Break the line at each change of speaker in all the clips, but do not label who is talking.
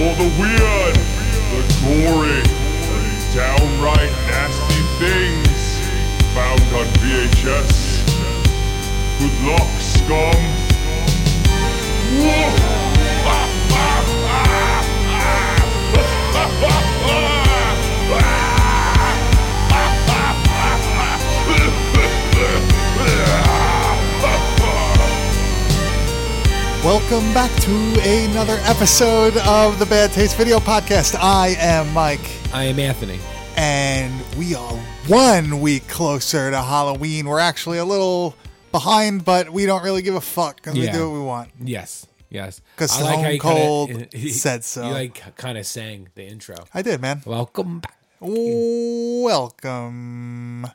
weird, the gory, and downright nasty things found on VHS. Good luck, scum. Whoa! Ah, ah, ah, ah. Ah, ah, ah, ah.
Welcome back to another episode of the Bad Taste Video Podcast. I am Mike,
I am Anthony.
and we are one week closer to Halloween. We're actually a little behind, but we don't really give a fuck because we
Yeah.
do what we want.
Yes, yes.
'Cause
I like how
Stone
you kinda-
Cold said so.
You like kind of sang the intro.
I did, man.
Welcome back.
Welcome.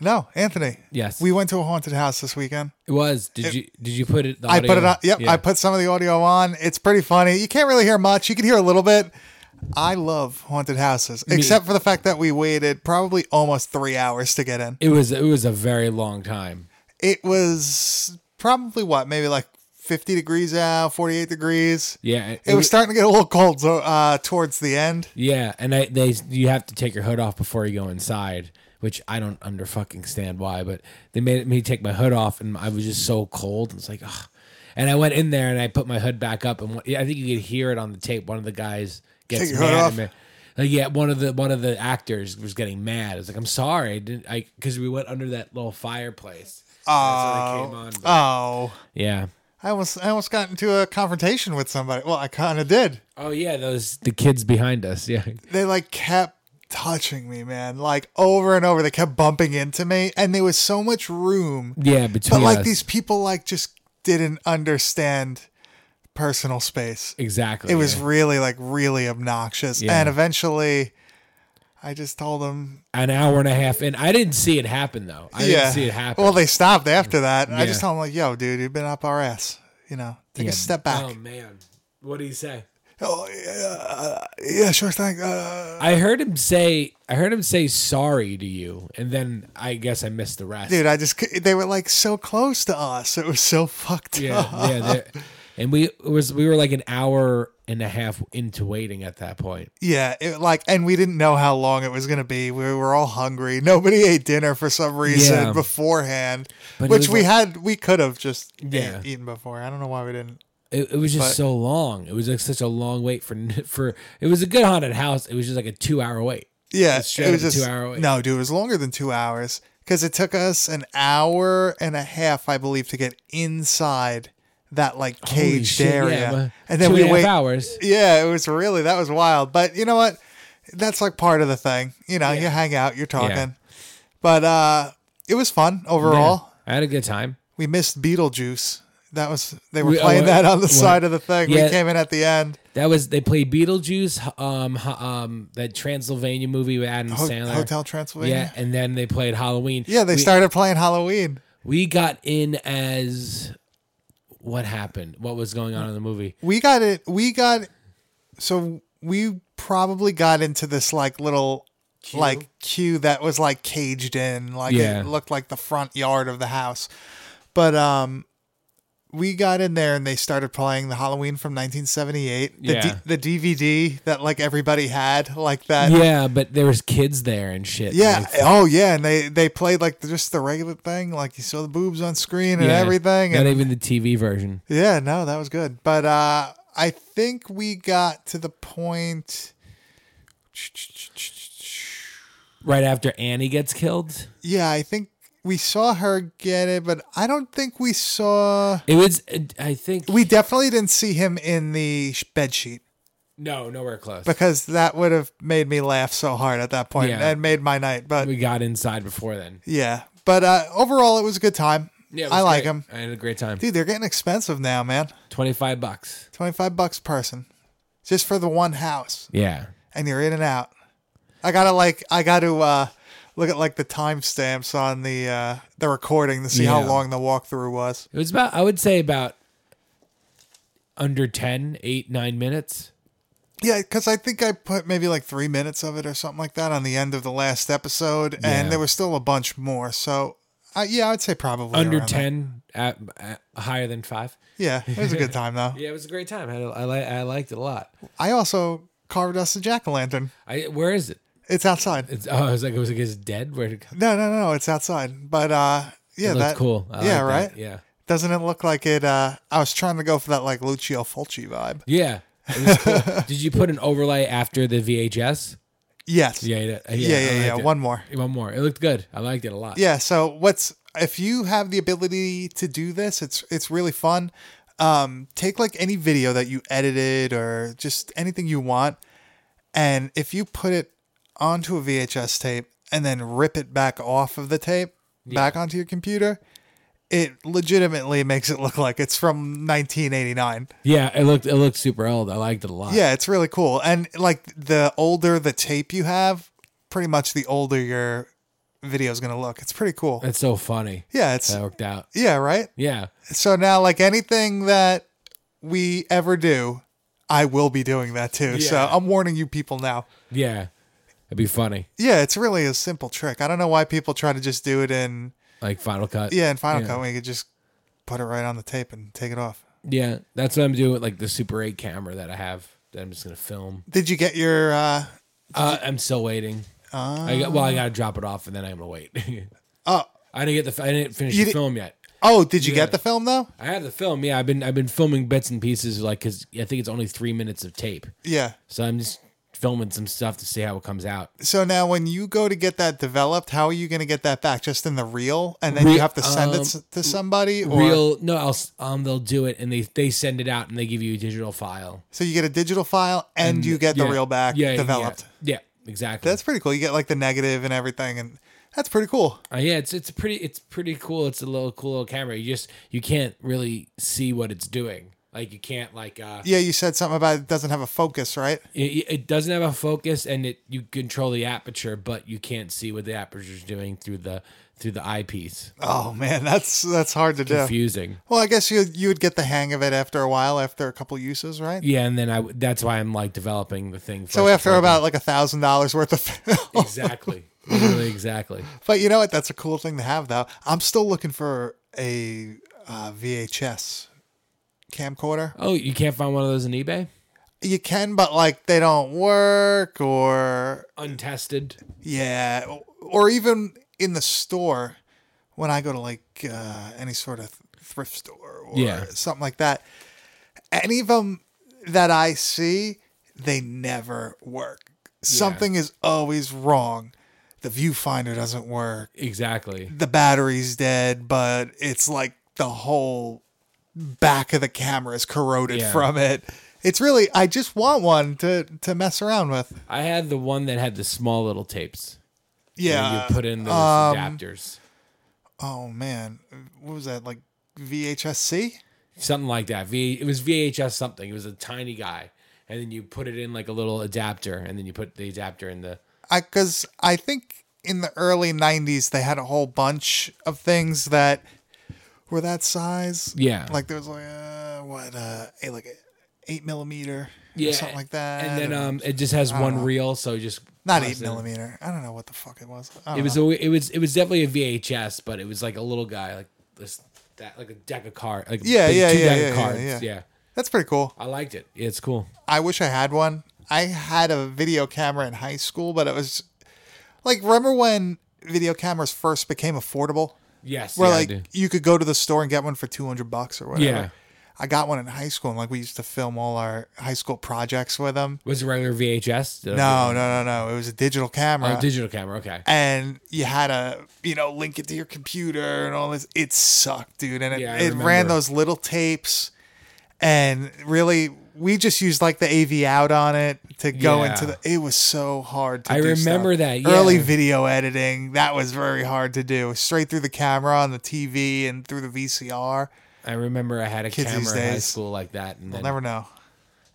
No, Anthony.
Yes.
We went to a haunted house this weekend.
It was. Did you did you put it? The
I put it
audio-
on. Yep,
yeah.
I put some of the audio on. It's pretty funny. You can't really hear much. You can hear a little bit. I love haunted houses, except for the fact that we waited probably almost three hours to get in.
It was. It was a very long time.
It was probably what, maybe like fifty degrees out, forty-eight degrees.
Yeah.
It was starting to get a little cold so, uh, towards the end.
Yeah, and I, they you have to take your hood off before you go inside, which I don't under fucking stand why, but they made me take my hood off, and I was just so cold. It's like, ugh. and I went in there and I put my hood back up, and one, yeah, I think you could hear it on the tape. One of the guys gets
Take your hood
mad.
off.
At me. Like, yeah, one of the one of the actors was getting mad. It's like, I'm sorry, I didn't I? Because we went under that little fireplace. Oh, came on, but-
Oh,
yeah.
I almost, I almost got into a confrontation with somebody. Well, I kind of did.
Oh yeah, those the kids behind us. Yeah,
they like kept touching me, man. Like over and over, they kept bumping into me, and there was so much room.
yeah. Between
But like
us.
these people, like just didn't understand personal space.
exactly.
It was
yeah.
really like really obnoxious,
Yeah.
and eventually, I just told them,
an hour and a half in. I didn't see it happen though. I
yeah.
didn't see it happen.
Well, they stopped after that, and I
Yeah.
just told them like, "Yo, dude, you've been up our ass." You know, take
Yeah.
a step back.
Oh man, what did he say?
oh, yeah, uh, yeah, sure thing. Uh,
I heard him say, I heard him say sorry to you, and then I guess I missed the rest.
dude, I just c- they were like so close to us. It was so fucked
yeah,
up.
yeah. they- And we it was we were like an hour and a half into waiting at that point.
Yeah, it, like, and we didn't know how long it was going to be. We were all hungry. Nobody ate dinner for some reason
Yeah.
beforehand,
But it
which
was
we
like-
had. We could have just
Yeah.
ate- eaten before. I don't know why we didn't.
It, it was just
But-
so long. It was like such a long wait for for. It was a good haunted house. It was just like a two hour wait.
Yeah,
It's straight
it was
up a
just
two-hour wait.
no, dude. It was longer than two hours because it took us an hour and a half, I believe, to get inside that like
Holy
caged
shit, yeah,
area,
but
and then
two
we
and a half
wait
hours.
Yeah, it was really that was wild. But you know what? That's like part of the thing. You know, you hang out, you're talking. But uh it was fun overall.
I had a good time.
We missed Beetlejuice. That was they were
We- oh,
playing that
what-
on the
what-
side of the thing.
yeah.
We came in at the end.
That was they played Beetlejuice, um, h- um, that Transylvania movie with Adam
Ho-
Sandler.
Hotel
yeah,
Transylvania. Yeah.
and then they played Halloween.
they
we,
started playing Halloween.
We got in as what happened? What was going on in the movie?
We got it. We got so we probably got into this like little like queue that was like caged in, like
Yeah.
it looked like the front yard of the house. But um, we got in there and they started playing the Halloween from 1978, the,
Yeah.
D- the DVD that like everybody had, like that. Yeah.
Yeah, but there was kids there and shit. Like,
Oh, yeah. And they they played like just the regular thing, like you saw the boobs on screen and
yeah,
everything.
Not
And
even the TV version.
yeah, no, that was good. But uh I think we got to the point
Right after Annie gets killed,
Yeah, I think we saw her get it, but I don't think we saw
it was. it- I think
we definitely didn't see him in the sh- bed sheet
no, nowhere close.
because that would have made me laugh so hard at that point
Yeah.
and made my night. But
we got inside before then.
yeah, but uh overall it was a good time.
Yeah, it
I
was
like
great.
him.
I had a great time.
Dude, they're getting expensive now, man.
Twenty five bucks.
25 bucks person just for the one house.
Yeah.
and you're in and out. I gotta like I gotta uh look at like the timestamps on the uh the recording to see how
Yeah.
long the walkthrough was.
It was about, I would say about under 10, 8, 9 minutes.
Yeah, because I think I put maybe like three minutes of it or something like that on the end of the last episode,
Yeah.
and there was still a bunch more. So uh, yeah, I'd say probably
under
around that.
10, at, at- higher than 5.
Yeah, it was a good time though.
Yeah, it was a great time. I, had a- I, li- I liked it a lot.
I also carved us a jack o' lantern.
I where is it?
It's outside.
It's oh, I was like, it was like it's dead. Where did it come?
No, no, no, it's outside. But uh, yeah,
it looked
that
cool. I
yeah,
like that.
right.
Yeah,
Doesn't it look like it? Uh, I was trying to go for that like Lucio Fulci vibe.
yeah. It was cool. Did you put an overlay after the VHS?
Yes.
Yeah, yeah, yeah.
yeah, yeah.
I
yeah.
liked it.
One more.
one more. It looked good. I liked it a lot.
Yeah. So what's if you have the ability to do this, it's it's really fun. Um, take like any video that you edited or just anything you want, and if you put it onto a VHS tape and then rip it back off of the tape back onto your computer, it legitimately makes it look like it's from 1989.
yeah. It looked it looked super old. I liked it a lot.
Yeah, it's really cool. And like the older the tape you have, pretty much the older your video is gonna look. It's pretty cool.
that's so funny.
Yeah, it's
That worked out.
yeah, right?
Yeah,
So now, like anything that we ever do, I will be doing that too. So
Yeah.
I'm warning you people now.
yeah. It'd be funny,
Yeah, it's really a simple trick. I don't know why people try to just do it in
like Final Cut.
yeah in Final
Yeah.
Cut when you could just put it right on the tape and take it off.
yeah. That's what I'm doing with like the Super 8 camera that I have. That I'm just gonna film.
Did you get your? uh
Uh, I'm still waiting. I got, well, I gotta drop it off and then I'm gonna wait.
Oh.
I didn't get the. I didn't finish
You
the
di-
film yet.
Oh, did you
Yeah.
get the film though?
I have the film. Yeah, I've been I've been filming bits and pieces like because I think it's only three minutes of tape.
Yeah.
So I'm just filming some stuff to see how it comes out.
So now, when you go to get that developed, how are you going to get that back? Just in the reel, and then you
Re-
have to send it
um,
s- to somebody. Or,
Real no, I'll, s- um, they'll do it and they they send it out and they give you a digital file.
So you get a digital file, and, you get the
Yeah.
reel back
Yeah, yeah,
developed.
Yeah, exactly.
That's pretty cool. You get like the negative and everything, and that's pretty cool.
Uh, yeah, it's it's pretty it's pretty cool. It's a little cool little camera. You just you can't really see what it's doing. Like you can't like uh
Yeah, you said something about it doesn't have a focus, right?
it, it doesn't have a focus and it you control the aperture, but you can't see what the aperture's doing through the through the eyepiece.
Oh man, that's that's hard to do.
Confusing.
Well, I guess you you would get the hang of it after a while, after a couple uses, right?
Yeah, and then I w- that's why I'm like developing the thing.
So
first
after
before-
about like a thousand dollars worth of film,
exactly, really exactly.
but you know what? That's a cool thing to have, though. I'm still looking for a uh, VHS camcorder.
Oh, you can't find one of those on eBay?
You can, but like they don't work, or
Untested.
Yeah, o- or even in the store when I go to like uh, any sort of thrift store or
Yeah.
something like that. Any of them that I see, they never work. Something is always wrong. The viewfinder doesn't work.
Exactly.
The battery's dead, but it's like the whole back of the camera is corroded
Yeah.
from it. It's really I just want one to to mess around with.
I had the one that had the small little tapes.
Yeah.
And you put in those
um,
adapters.
Oh man, what was that like VHSC?
Something like that. V it was VHS something. It was a tiny guy. And then you put it in like a little adapter and then you put the adapter in the
I because I think in the early '90s they had a whole bunch of things that were that size.
Yeah.
like there was like uh, what uh, eight, like eight millimeter
Yeah,
or something like that.
and then um it just has one reel, so just
not
toss
eight
it in.
millimeter. I don't know what the fuck it was. I
It
don't
was
know.
a, it was it was definitely a VHS, but it was like a little guy like this that like a deck of cards. Like a
Yeah,
big
yeah,
two
yeah,
deck
yeah,
of
yeah,
cards.
yeah.
yeah.
that's pretty cool.
I liked it. It's cool.
I wish I had one. I had a video camera in high school, but it was like remember when video cameras first became affordable.
Yes.
where
yeah, I do.
like uh, you could go to the store and get one for 200 bucks or whatever.
Yeah.
I got one in high school and like we used to film all our high school projects with them.
was it regular VHS? Did I-
No, no, no, no. It was a digital camera.
Oh, digital camera. Okay.
and you had to, you know, link it to your computer and all this. It sucked, dude. And it,
Yeah, I
it ran
remember.
those little tapes. And really, we just used like the AV out on it to go
Yeah.
into the. It was so hard to
I
do
remember
stuff.
that, yeah.
Early video editing, that was very hard to do. Straight through the camera on the TV and through the VCR.
I remember I had a
Kids
camera
these
in high
days.
school like that, and
I'll
then
never know.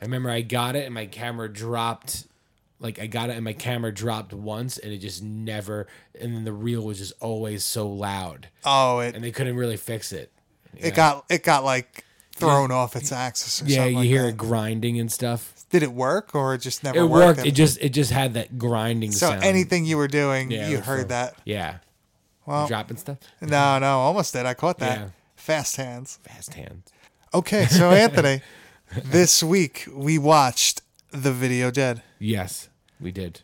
I remember I got it, and my camera dropped. Like I got it, and my camera dropped once, and it just never. And then the reel was just always so loud,
Oh, it
and they couldn't really fix it.
it got it got like thrown off its axis or
Yeah,
something.
you
like
hear
that.
it grinding and stuff.
Did it work or it just never
It
worked?
worked. It just it just had that grinding
so
sound.
anything you were doing,
Yeah, it
you
was
heard
so-
that.
Yeah. dropping stuff.
No, no, almost did. I caught that.
Yeah.
Fast hands.
Fast hands.
Okay, so Anthony, this week we watched the video dead.
Yes, we did.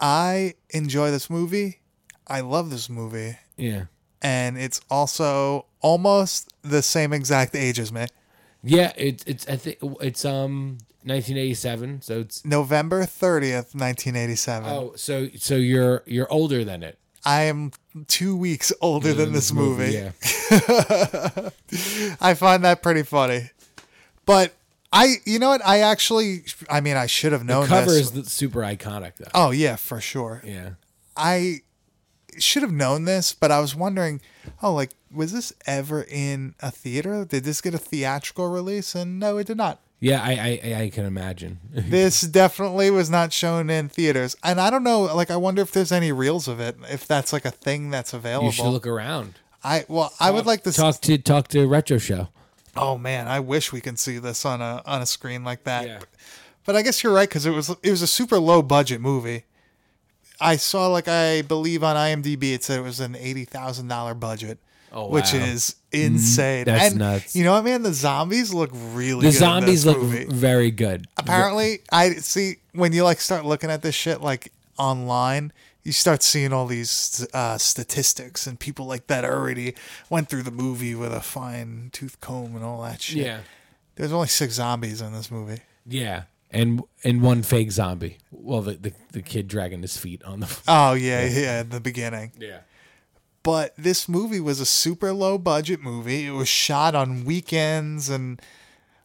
I enjoy this movie. I love this movie.
Yeah.
And it's also almost the same exact age as me.
Yeah, it's it's I think it's um 1987, so it's
November 30th, 1987.
oh so so you're you're older than it.
I am two weeks older than this movie.
Yeah.
I find that pretty funny. But I, you know what? I actually, I mean, I should have known
Cover
this.
is the- super iconic though.
oh, yeah, for sure.
Yeah.
I should have known this, but I was wondering, oh, like, was this ever in a theater? Did this get a theatrical release? And no, it did not.
Yeah, I I, I- I can imagine.
This definitely was not shown in theaters. And I don't know, like, I wonder if there's any reels of it, if that's like a thing that's available.
you should look around.
I, well, I would like to s-
Talk to talk to Retro Show.
Oh man, I wish we could see this on a on a screen like that.
Yeah.
But I guess you're right because it was it was a super low budget movie. I saw like I believe on IMDb it said it was an eighty thousand dollar budget,
Oh,
which
wow.
is insane.
that's
and
nuts.
You know what, man? The zombies look really.
The
good
zombies
in
look
this movie.
very good.
Apparently, I see when you like start looking at this shit like online, you start seeing all these uh, statistics and people like that already went through the movie with a fine tooth comb and all that shit.
Yeah.
There's only six zombies in this movie.
Yeah. And and one fake zombie. Well, the the, the kid dragging his feet on the
Oh yeah, yeah, in the beginning.
Yeah.
But this movie was a super low budget movie. It was shot on weekends and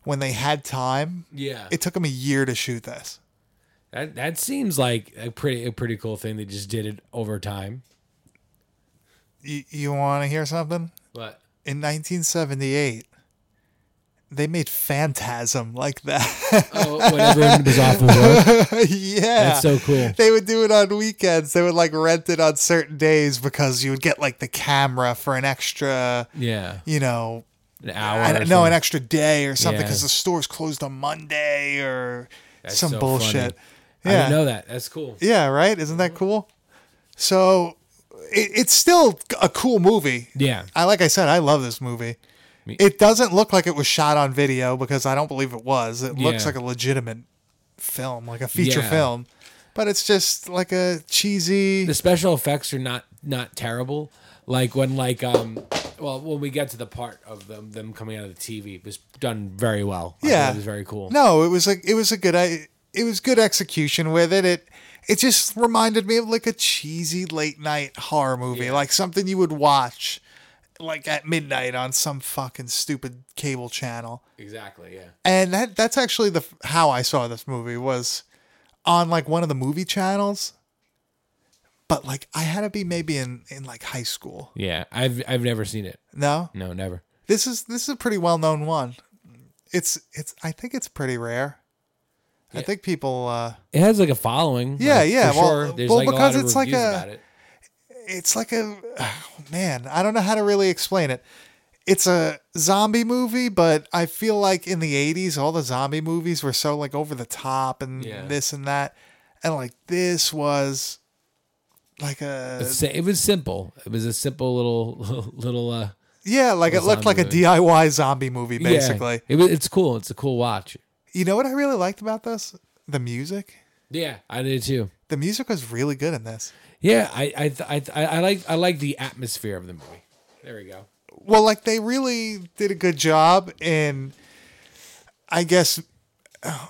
when they had time.
Yeah.
It took them a year to shoot this.
That that seems like a pretty a pretty cool thing. They just did it over time.
You, you want to hear something?
But
In 1978, they made Phantasm like that.
oh, when everyone was off of work,
yeah.
that's so cool.
they would do it on weekends. They would like rent it on certain days because you would get like the camera for an extra,
Yeah,
you know,
an hour.
I
or
don't know, an
something.
extra day or something
Yeah.
because the store's closed on Monday or
That's
some
so
bullshit.
funny. I
Yeah.
didn't know that. That's cool.
Yeah, right? Isn't that cool? So it, it's still a cool movie.
Yeah.
I like I said, I love this movie.
Me-
It doesn't look like it was shot on video because I don't believe it was. It looks
Yeah.
like a legitimate film, like a feature
Yeah.
film. But it's just like a cheesy
The special effects are not not terrible. Like when like um well when we get to the part of them them coming out of the TV it was done very well. I thought
Yeah.
it was very cool.
No, it was like it was a good I it was good execution with it. It it just reminded me of like a cheesy late night horror movie, like something you would watch like at midnight on some fucking stupid cable channel.
Exactly. Yeah.
And that that's actually the how I saw this movie was on like one of the movie channels. But like I had to be maybe in in like high school.
Yeah. I've I've never seen it.
No?
No, never.
This is this is a pretty well known one. It's it's I think it's pretty rare. I think people uh
It has like a following.
Yeah,
like,
yeah,
for
well,
sure. There's
well,
like
because
a lot
it's
of
like
reviews
a-
about it.
it's like a oh, man, I don't know how to really explain it. It's a zombie movie, but I feel like in the 80s all the zombie movies were so like over the top and
Yeah.
this and that. And like this was like a
It's si- It was simple. It was a simple little little uh
yeah, like it looked like a
zombie movie.
DIY zombie movie
yeah.
basically.
It was, it's cool. It's a cool watch.
You know what I really liked about this? The music.
Yeah, I did too.
The music was really good in this.
Yeah, I I th- I, th- I I like I like the atmosphere of the movie. There we go.
well like they really did a good job in i guess uh,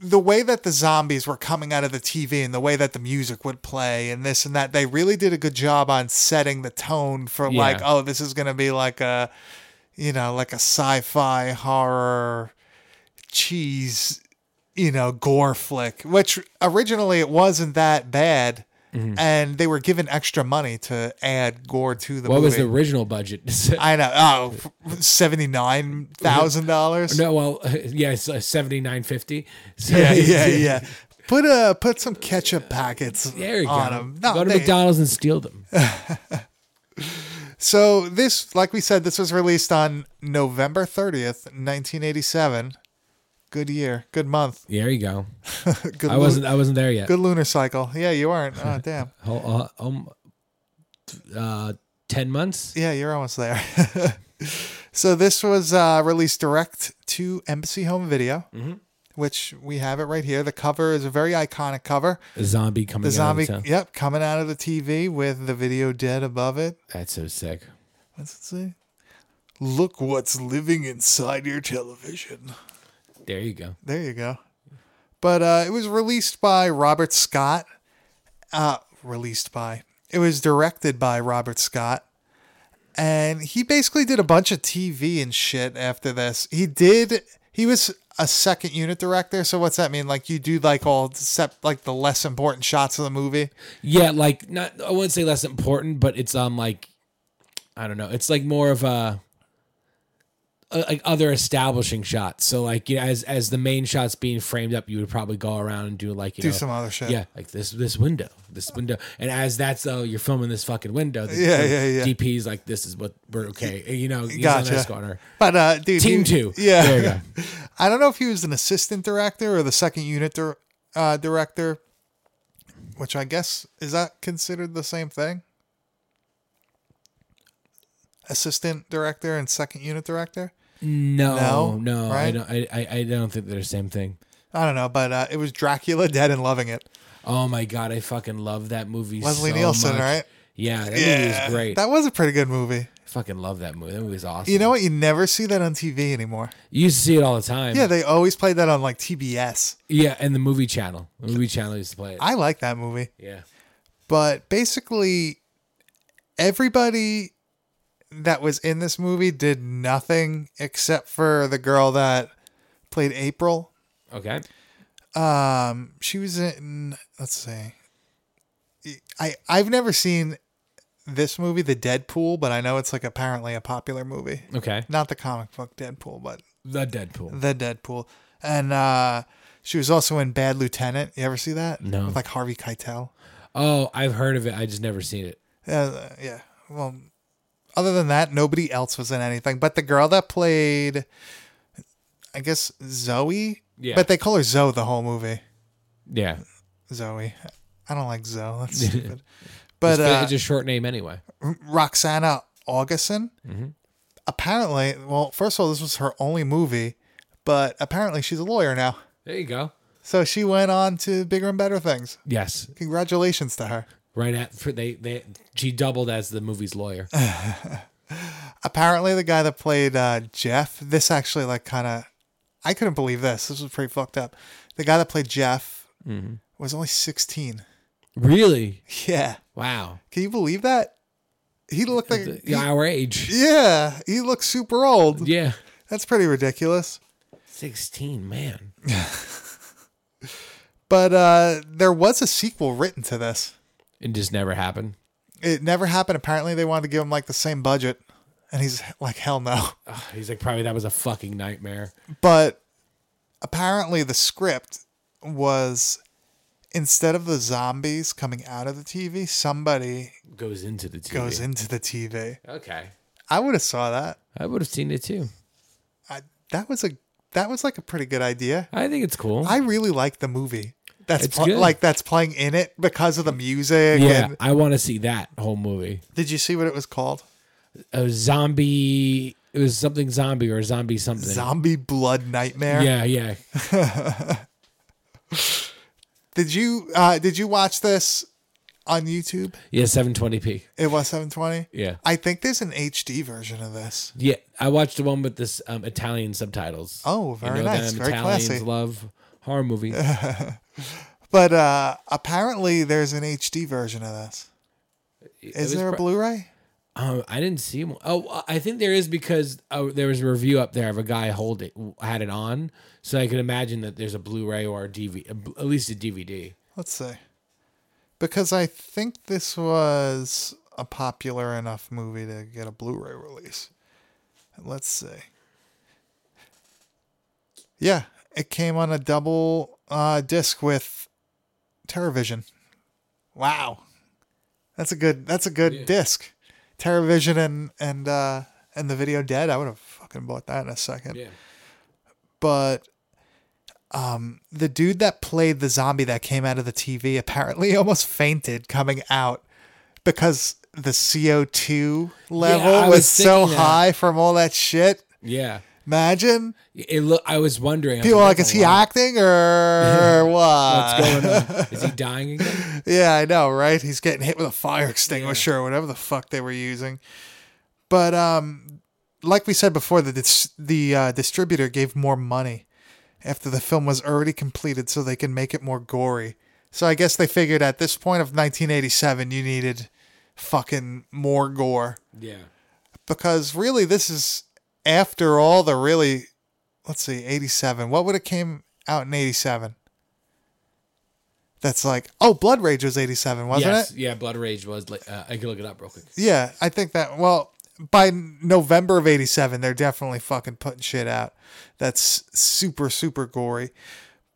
the way that the zombies were coming out of the tv and the way that the music would play and this and that they really did a good job on setting the tone for
Yeah.
like oh this is going to be like a you know like a sci-fi horror cheese you know gore flick which originally it wasn't that bad
Mm-hmm.
and they were given extra money to add gore to the
What
movie
was the original budget?
I know. Oh, seventy nine thousand dollars.
no, well, yeah, it's uh, seventy nine fifty.
Yeah, yeah, yeah. Put uh, put some ketchup packets
There you
on
go.
them. No,
go to
they-
McDonald's and steal them.
So this, like we said, this was released on November thirtieth, nineteen eighty seven. Good year, good month,
there you go.
good.
I
lu-
wasn't I wasn't there yet.
good lunar cycle. Yeah, you aren't. Oh, damn.
Ho- uh, um, uh, ten months.
Yeah, you're almost there.
Mm-hmm.
so this was uh, released direct to Embassy Home Video, which we have it right here. The cover is a very iconic cover.
A zombie coming
The
out of
zombie,
town.
yep, coming out of the TV with the video dead above it.
That's so sick.
What's it say? Look what's living inside your television.
There you go.
There you go. But uh, it was released by Robert Scott. Uh, released by. It was directed by Robert Scott. And he basically did a bunch of TV and shit after this. He did. He was a second unit director. So what's that mean? Like you do like all except like the less important shots of the movie.
Yeah, like not. I wouldn't say less important, but it's um like, I don't know. It's like more of a, a- like other establishing shots. So like you know, as as the main shots being framed up, you would probably go around and do like you
Do
know,
some other shit.
Yeah, like this this window, this window, and as that's oh you're filming this fucking window. The,
Yeah,
the
yeah, yeah.
DP's like this is what we're okay. You know, he's on
Gotcha.
this corner.
But uh, dude,
Team
he-
two.
Yeah.
There you go.
I don't know if he was an assistant director or the second unit dir- uh, director, which I guess is that considered the same thing? Assistant director and second unit director.
No,
No,
no, I
right?
don't. I, I I don't think they're the same thing.
I don't know, but uh, it was Dracula Dead and Loving It.
Oh my god, I fucking love that movie.
Leslie
so
Nielsen,
much.
right?
Yeah, that movie was great.
That was a pretty good movie.
I fucking love that movie. That movie was awesome.
You know what? You never see that on TV anymore.
You used to see it all the time.
Yeah, they always played that on like TBS.
yeah, and the movie channel. The movie channel used to play it.
I like that movie.
yeah,
but basically everybody that was in this movie did nothing except for the girl that played April.
okay.
Um, she was in let's see. I I've never seen this movie, The Deadpool, but I know it's like apparently a popular movie.
Okay.
Not the comic book Deadpool, but
The Deadpool.
the Deadpool. And uh she was also in Bad Lieutenant. You ever see that?
No.
With like Harvey Keitel.
Oh, I've heard of it. I just never seen it.
Uh, yeah. Well, other than that, nobody else was in anything. But the girl that played, I guess Zoe.
Yeah.
But they call her Zoe the whole movie.
Yeah.
Zoe. I don't like Zoe. That's stupid. But
it's,
uh,
it's a short name anyway.
Roxana Augustin.
Mm-hmm.
Apparently, well, first of all, this was her only movie, but apparently she's a lawyer now.
There you go.
So she went on to bigger and better things.
Yes,
Congratulations to her.
right at for they they she doubled as the movie's lawyer.
apparently the guy that played uh, Jeff, this actually like kind of, I couldn't believe this. This was pretty fucked up. The guy that played Jeff was only 16.
really?
Yeah.
Wow.
Can you believe that? He looked like,
Yeah, Our age.
yeah, he looked super old.
Yeah.
That's pretty ridiculous.
Sixteen, man.
But uh, there was a sequel written to this.
It just never happened.
It never happened. Apparently they wanted to give him like the same budget. And he's like, hell no.
Ugh, he's like probably that was a fucking nightmare.
But apparently, the script was instead of the zombies coming out of the TV, somebody
Goes into the TV.
goes into the TV.
Okay.
I would have saw that.
I would have seen it too.
I, that was a that was like a pretty good idea.
I think it's cool.
I really like the movie. That's
It's
pl-
good.
like that's playing in it because of the music.
yeah,
And
I want to see that whole movie.
did you see what it was called?
A zombie. It was something zombie or zombie something.
Zombie Blood Nightmare.
yeah, yeah.
Did you uh, did you watch this on YouTube?
Yeah, 720p.
It was 720.
Yeah.
I think there's an HD version of this.
Yeah, I watched the one with this um, Italian subtitles.
Oh, very nice,
them
very
Italians
classy.
love horror movies.
But uh, apparently, there's an HD version of this. Is
It was
there a
pro-
Blu-ray?
Um, I didn't see one. Oh, I think there is because uh, there was a review up there of a guy hold it had it on, so I could imagine that there's a Blu-ray or a DVD, at least a DVD.
Let's see. Because I think this was a popular enough movie to get a Blu-ray release. Let's see. Yeah, it came on a double uh, disc with TerraVision. Wow, that's a good. That's a good disc. TerraVision and and uh, and the video dead. I would have fucking bought that in a second.
Yeah.
but um the dude that played the zombie that came out of the TV apparently almost fainted coming out because the CO2 level
I
was,
was
so
thinking that.
high from all that shit
Yeah.
Imagine
It look. I was wondering. I was
people are like,
"That's
is
a
he
lot.
acting or what?
What's going on? Is he dying again?
Yeah, I know, right? He's getting hit with a fire extinguisher or whatever the fuck they were using. But um, like we said before, the dis- the uh, distributor gave more money after the film was already completed, so they can make it more gory. So I guess they figured at this point of 1987, you needed fucking more gore
Yeah.
because really this is after all the really let's see 87 what would have came out in 87 that's like oh blood rage was 87 wasn't
yes.
it
Yeah. Blood Rage was. Like, uh, I can look it up real quick.
yeah i think that well by november of 87 they're definitely fucking putting shit out that's super super gory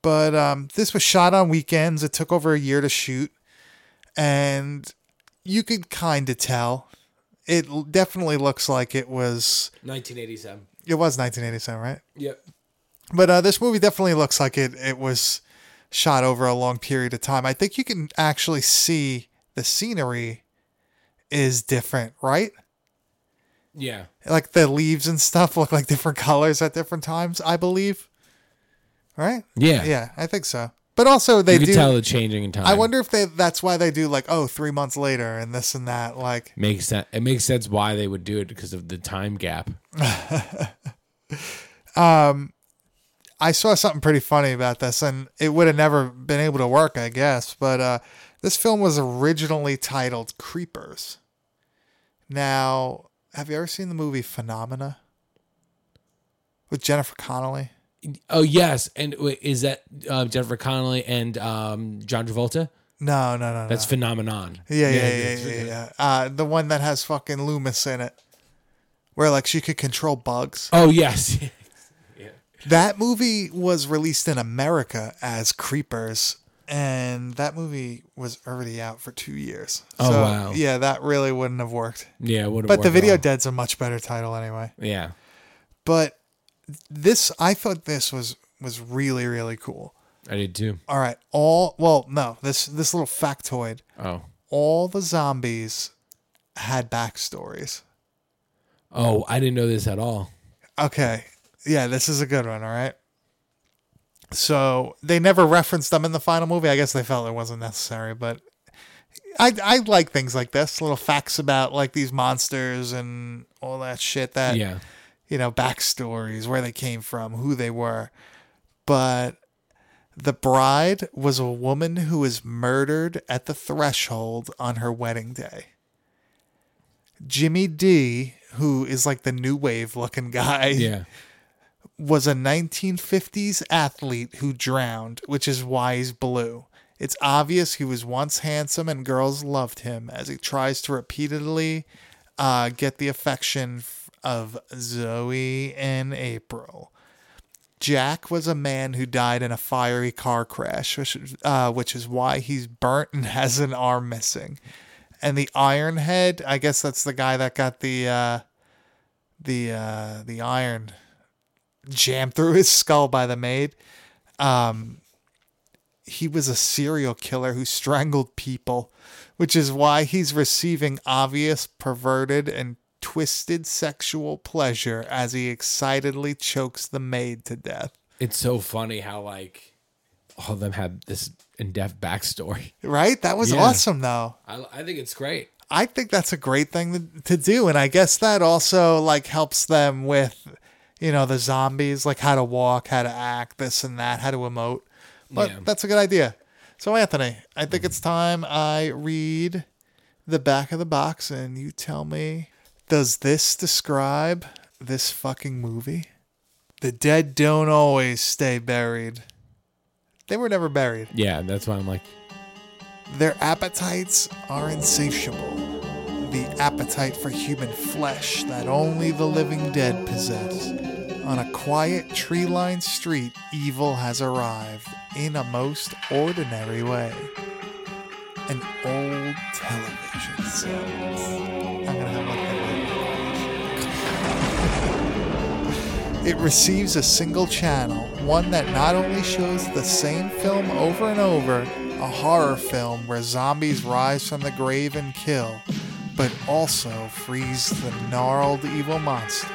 but um, this was shot on weekends it took over a year to shoot and you could kind of tell it l- definitely looks like it was
1987.
it was 1987, right?
Yep.
But uh, this movie definitely looks like it it was shot over a long period of time. I think you can actually see the scenery is different, right?
Yeah.
Like the leaves and stuff look like different colors at different times, I believe. Right?
Yeah.
Yeah, I think so. But also they
You
do
could tell the changing in time.
I wonder if they that's why they do like oh, three months later and this and that like
Makes sense. It makes sense why they would do it because of the time gap.
I saw something pretty funny about this, and it would have never been able to work, I guess. But uh, this film was originally titled Creepers. Now, have you ever seen the movie Phenomena with Jennifer Connelly?
Oh yes, and wait, is that uh, Jennifer Connelly and um, John Travolta?
No, no, no, no.
That's phenomenon.
yeah, yeah, yeah, yeah, yeah. yeah. Uh, the one that has fucking Loomis in it, where like she could control bugs.
Oh yes.
That movie was released in America as Creepers, and that movie was already out for two years.
Oh, wow.
Yeah, that really wouldn't have worked.
yeah. It
But the Video Dead's a much better title anyway.
Yeah.
But this, I thought this was was really really cool.
I did too.
All right, all well, no, this this little factoid.
Oh.
All the zombies had backstories.
Oh, I didn't know this at all.
Okay. Yeah, this is a good one, all right? So they never referenced them in the final movie. I guess they felt it wasn't necessary, but I I like things like this, little facts about like these monsters and all that shit that
Yeah.
you know, backstories, where they came from, who they were. But the bride was a woman who was murdered at the threshold on her wedding day. Jimmy D, who is like the new wave looking guy,
Yeah.
was a 1950s athlete who drowned, which is why he's blue. It's obvious he was once handsome and girls loved him as he tries to repeatedly uh, get the affection f- of Zoe and April. Jack was a man who died in a fiery car crash, which, is- uh, which is why he's burnt and has an arm missing. And the Iron Head, I guess that's the guy that got the uh, the uh, the iron jammed through his skull by the maid. Um, he was a serial killer who strangled people, which is why he's receiving obvious, perverted, and twisted sexual pleasure as he excitedly chokes the maid to death.
It's so funny how like all of them have this in-depth backstory.
Right? That was
Yeah.
awesome, though.
I, I think it's great.
I think that's a great thing to, to do, and I guess that also like helps them with, you know, the zombies, like how to walk, how to act, this and that, how to emote. But
Yeah.
that's a good idea. So Anthony, I think it's time I read the back of the box, and you tell me, does this describe this fucking movie? The dead don't always stay buried. They were never buried.
Yeah, that's why I'm like,
Their appetites are insatiable. The appetite for human flesh that only the living dead possess. On a quiet, tree lined street, evil has arrived in a most ordinary way. An old television set. I'm gonna have like that. It receives a single channel, one that not only shows the same film over and over, a horror film where zombies rise from the grave and kill, but also frees the gnarled evil monsters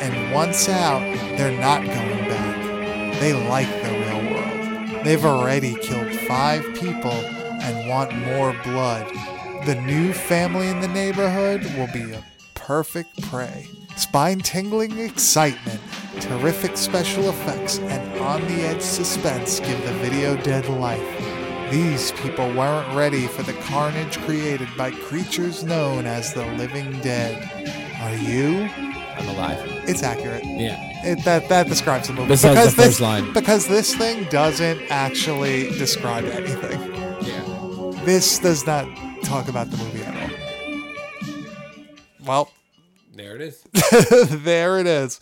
and once out, they're not going back. They like the real world. They've already killed five people and want more blood. The new family in the neighborhood will be a perfect prey. Spine tingling excitement, terrific special effects, and on the edge suspense give the video dead life. These people weren't ready for the carnage created by creatures known as the living dead. Are you?
I'm alive.
It's accurate.
Yeah.
It, that that describes the movie.
Besides the
this,
first line.
Because this thing doesn't actually describe anything.
Yeah.
This does not talk about the movie at all.
There it is.
Well, there it is.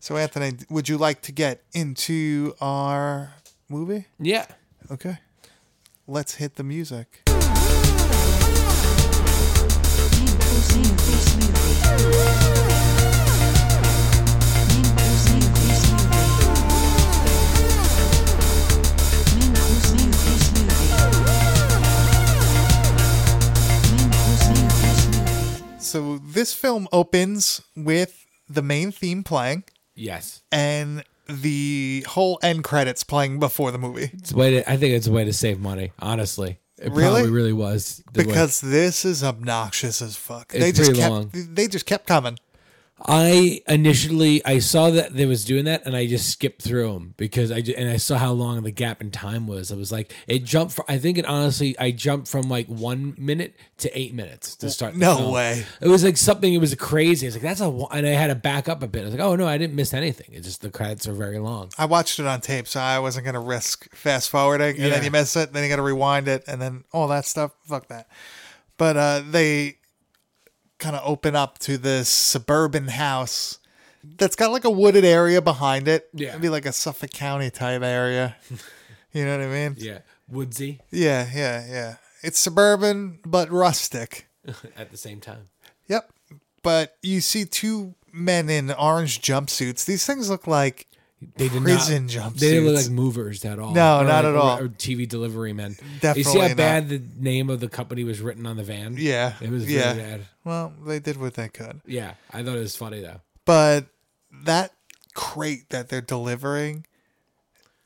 So Anthony, would you like to get into our movie?
yeah.
Okay. Let's hit the music.
Need to see this movie. Need to see this movie. Need to see this movie. Need to see this movie.
So this film opens with the main theme playing
Yes.
and the whole end credits playing before the movie
It's a way to, I think it's a way to save money, honestly. It
Really?
probably really was. the way-
because this is obnoxious as fuck.
It's
they just
pretty
kept
long.
they just kept coming.
I initially I saw that they was doing that and I just skipped through them because I ju- and I saw how long the gap in time was. I was like it jumped from I think it honestly I jumped from like 1 minute to 8 minutes to start. the
No
film.
way.
It was like something it was crazy. It's like that's a wa- and I had to back up a bit. I was like, "Oh no, I didn't miss anything. It's just the credits are very long."
I watched it on tape, so I wasn't gonna risk fast forwarding and then
Yeah.
you miss it, then you gotta rewind it and then all that stuff. Fuck that. But uh they kind of open up to this suburban house that's got like a wooded area behind it.
Yeah.
It'd be like a Suffolk County type area. you know what I mean?
Yeah. Woodsy
Yeah, yeah, yeah. It's suburban but rustic.
at the same time.
Yep. But you see two men in orange jumpsuits. These things look like
They did
Prison
not,
jumpsuits.
They didn't look like movers at all.
No,
Or
not
like-
at all.
Or, or TV delivery men. you
Definitely
see how
not.
bad the name of the company was written on the van?
Yeah.
It was
yeah.
really bad.
Well, they did what they could.
Yeah, I thought it was funny though.
But that crate that they're delivering,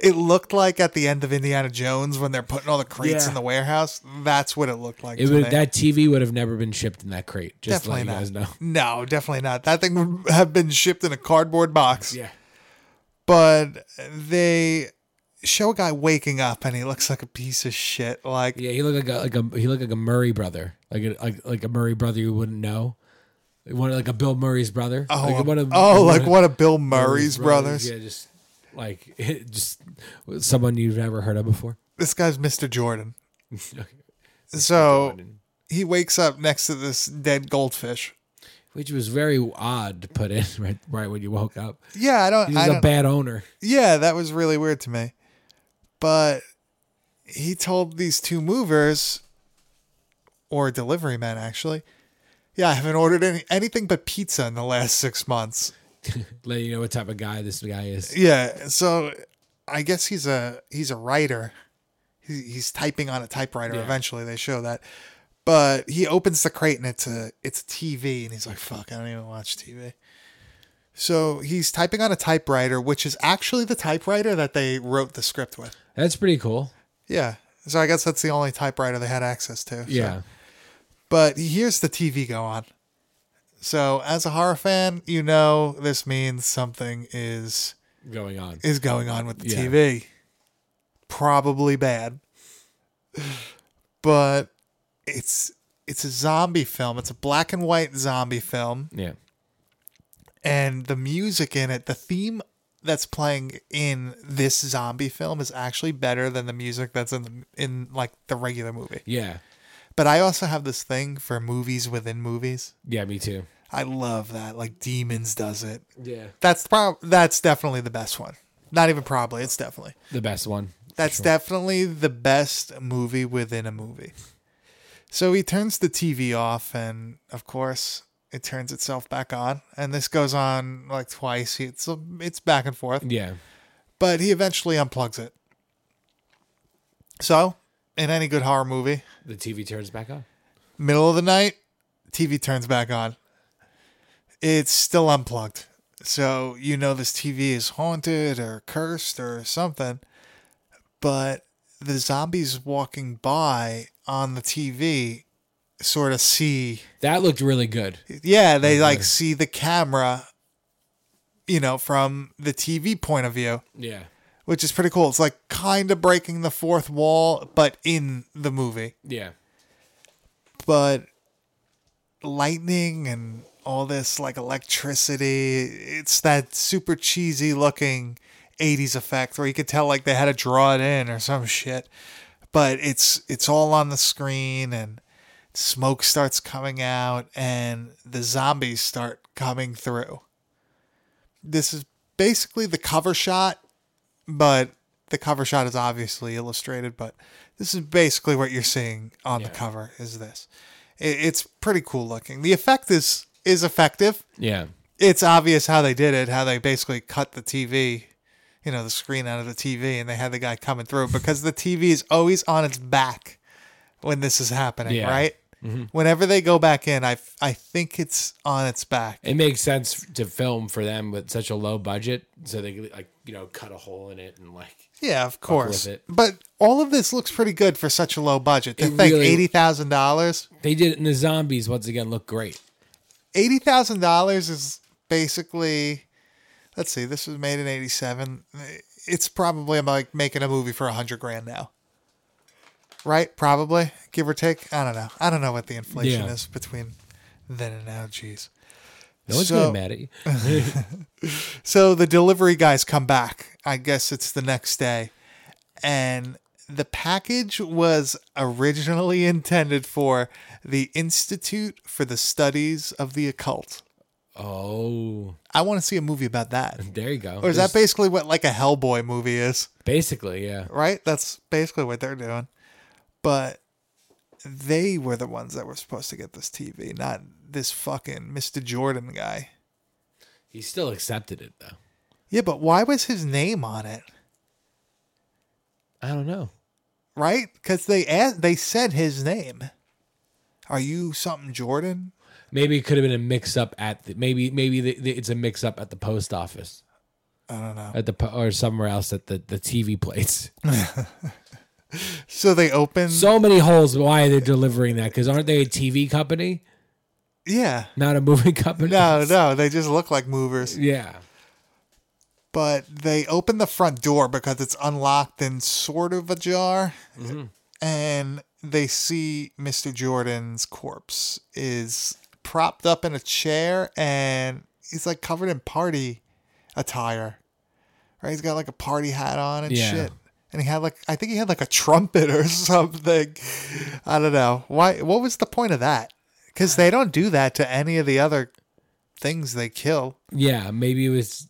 it looked like at the end of Indiana Jones when they're putting all the crates
Yeah.
in the warehouse. That's what it looked like.
It
to
would
me.
that TV would have never been shipped in that crate. Just
definitely
to let
not.
you guys know.
No, definitely not. That thing would have been shipped in a cardboard box.
Yeah,
But they show a guy waking up and he looks like a piece of shit. Like
yeah. He looked like a, like a he looked like a Murray brother, like a, like like a Murray brother you wouldn't know. One of- like a Bill Murray's brother.
Oh,
like one of-
oh,
one
like
of
one of Bill Murray's brothers.
Yeah, just like just someone you've never heard of before.
This guy's Mr. Jordan. so
Jordan.
he wakes up next to this dead goldfish.
Which was very odd to put in right right when you woke up.
Yeah, I don't.
He's
I
a
don't
bad owner.
yeah, that was really weird to me. But he told these two movers, or delivery men, actually. Yeah, I haven't ordered any, anything but pizza in the last six months.
Let you know what type of guy this guy is.
Yeah, so I guess he's a he's a writer. He, he's typing on a typewriter.
Yeah.
Eventually, they show that. But he opens the crate and it's a it's a TV, and he's like, "Fuck, I don't even watch TV." So he's typing on a typewriter, which is actually the typewriter that they wrote the script with.
That's pretty cool.
Yeah. So I guess that's the only typewriter they had access to. so-
Yeah.
But he hears the TV go on. So as a horror fan, you know this means something is
Going on.
is going on with the
Yeah.
TV. Probably bad. But it's it's a zombie film. It's a black and white zombie film
Yeah.
and the music in it, the theme that's playing in this zombie film is actually better than the music that's in the, in like the regular movie.
Yeah.
But I also have this thing for movies within movies.
Yeah, me too.
I love that. Like Demons does it.
Yeah.
That's prob- that's definitely the best one. Not even probably, it's definitely.
The best one.
That's definitely the best movie within a movie. So he turns the TV off, and of course, it turns itself back on. And this goes on like twice. It's it's back and forth,
Yeah.
but he eventually unplugs it. So, in any good horror movie,
The TV turns back on.
middle of the night, TV turns back on. It's still unplugged. So you know this TV is haunted or cursed or something. But the zombies walking by on the TV sort of see
That looked really good.
yeah, they like see the camera, you know, from the TV point of view,
Yeah.
which is pretty cool. It's like kind of breaking the fourth wall, but in the movie.
Yeah.
But lightning and all this like electricity, it's that super cheesy looking 80s effect where you could tell like they had to draw it in or some shit. But it's it's all on the screen and smoke starts coming out and the zombies start coming through. This is basically the cover shot, but the cover shot is obviously illustrated, but this is basically what you're seeing on the cover is this. It, it's pretty cool looking. The effect is is effective.
Yeah.
It's obvious how they did it, how they basically cut the TV, you know, the screen out of the TV and they had the guy coming through because the TV is always on its back when this is happening,
Yeah.
right? Whenever they go back in, I, f- I think it's on its back.
It makes sense to film for them with such a low budget, so they could like you know cut a hole in it and like
Yeah, of course.
it.
But all of this looks pretty good for such a low budget. To think
really-
eighty thousand dollars,
they did it. And the zombies once again look great.
eighty thousand dollars is basically. Let's see. This was made in '87. It's probably I'm like making a movie for a hundred grand now, right? Probably give or take. I don't know. I don't know what the inflation
Yeah.
is between then and now. Jeez.
No one's
So-
getting mad at you.
So the delivery guys come back. I guess it's the next day. And the package was originally intended for the Institute for the Studies of the Occult.
Oh,
I want to see a movie about that.
there you go.
Or is that
Just-
basically what like a Hellboy movie is?
basically yeah?
right? That's basically what they're doing. But they were the ones that were supposed to get this TV, not this fucking Mr. Jordan guy.
He still accepted it though.
Yeah, but why was his name on it?
I don't know.
right? Because they asked, they said his name. Are you something Jordan?
Maybe it could have been a mix up at the maybe maybe the, the, it's a mix up at the post office. I don't know at the po- or somewhere else at the the TV plates.
So they open.
So many holes. Why they're delivering that? Because aren't they a TV company,
yeah.
not a movie company?
No, no, they just look like movers.
Yeah.
But they open the front door because it's unlocked and sort of ajar. And they see Mr. Jordan's corpse is propped up in a chair and he's like covered in party attire. Right? He's got like a party hat on and
Yeah.
shit. and he had like I think he had like a trumpet or something. I don't know why. What was the point of that? Because they don't do that to any of the other things they kill.
Yeah, maybe it was.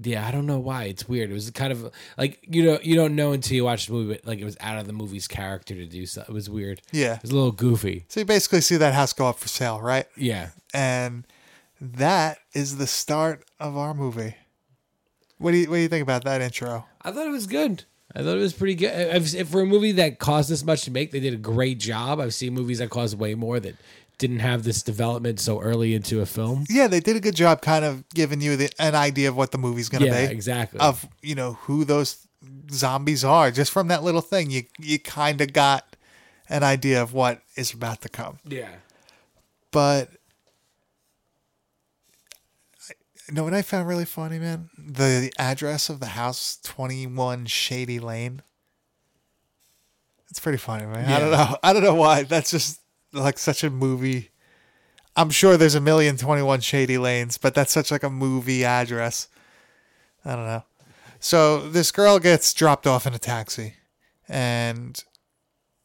Yeah, I don't know why. It's weird. It was kind of like you know you don't know until you watch the movie. But like it was out of the movie's character to do so. It was weird.
Yeah.
It was a little goofy.
So you basically see that house go up for sale, right?
Yeah,
And that is the start of our movie. What do you What do you think about that intro?
I thought it was good. I thought it was pretty good. I- I've, if for a movie that cost this much to make, they did a great job. I've seen movies that cost way more that didn't have this development so early into a film.
Yeah, they did a good job, kind of giving you the, an idea of what the movie's going to
Yeah,
be.
exactly.
Of you know who those zombies are, just from that little thing, you you kind of got an idea of what is about to come.
Yeah.
But you know what I found really funny, man? The address of the house, twenty one Shady Lane. It's pretty funny, man. I don't know. I don't know why. That's just like such a movie. I'm sure there's a million twenty one Shady Lanes, but that's such like a movie address. I don't know. So this girl gets dropped off in a taxi, and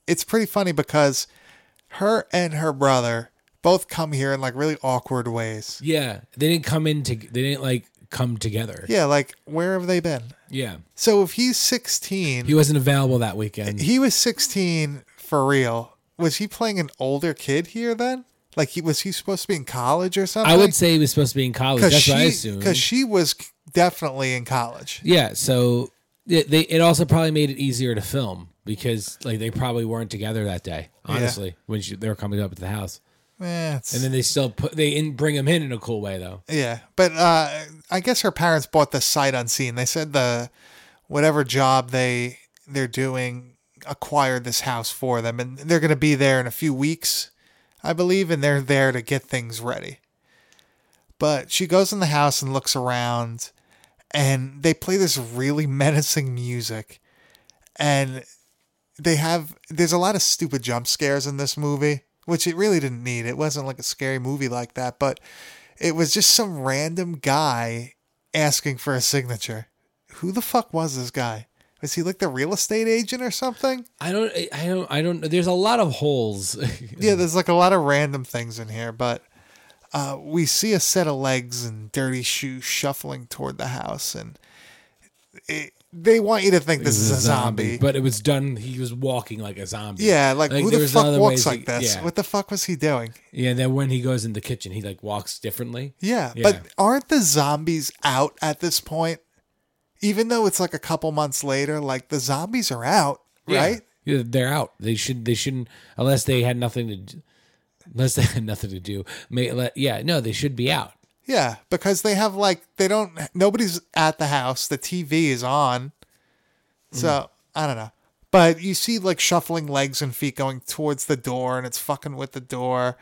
it's pretty funny because her and her brother both come here in like really awkward ways.
Yeah. They didn't come in to. They didn't like come together.
Yeah, like where have they been?
Yeah.
So if he's 16,
He wasn't available that weekend.
he was 16 for real. Was he playing an older kid here then? Like he was he supposed to be in college or something?
I would say he was supposed to be in college. That's what I assume.
because she was definitely in college.
Yeah, so it, they it also probably made it easier to film because like they probably weren't together that day. Honestly, when she, they were coming up to the house,
eh, it's-
And then they still put they in, bring him in in a cool way though.
yeah. But uh, I guess her parents bought the sight unseen. They said the whatever job they they're doing acquired this house for them, and they're going to be there in a few weeks, I believe, and they're there to get things ready. But she goes in the house and looks around, and they play this really menacing music, and they have there's a lot of stupid jump scares in this movie which it really didn't need it wasn't like a scary movie like that but it was just some random guy asking for a signature who the fuck was this guy was he like the real estate agent or something
I don't I don't I don't there's a lot of holes.
yeah there's like a lot of random things in here but uh, we see a set of legs and dirty shoes shuffling toward the house and it, they want you to think this is a zombie
But it was done he was walking like a zombie.
yeah like, who
there
the
was
fuck
other
walks
ways
like
he-
this
Yeah.
what the fuck was he doing
yeah, then when he goes in the kitchen he like walks differently.
Yeah,
Yeah.
but aren't the zombies out at this point? Even though it's like a couple months later, like the zombies are out, right?
Yeah, they're out. They should. They shouldn't unless they had nothing to. d- Unless they had nothing to do. May, let, yeah, no, they should be out.
Yeah, because they have like they don't nobody's at the house. The TV is on. So, I don't know. But you see like shuffling legs and feet going towards the door and it's fucking with the door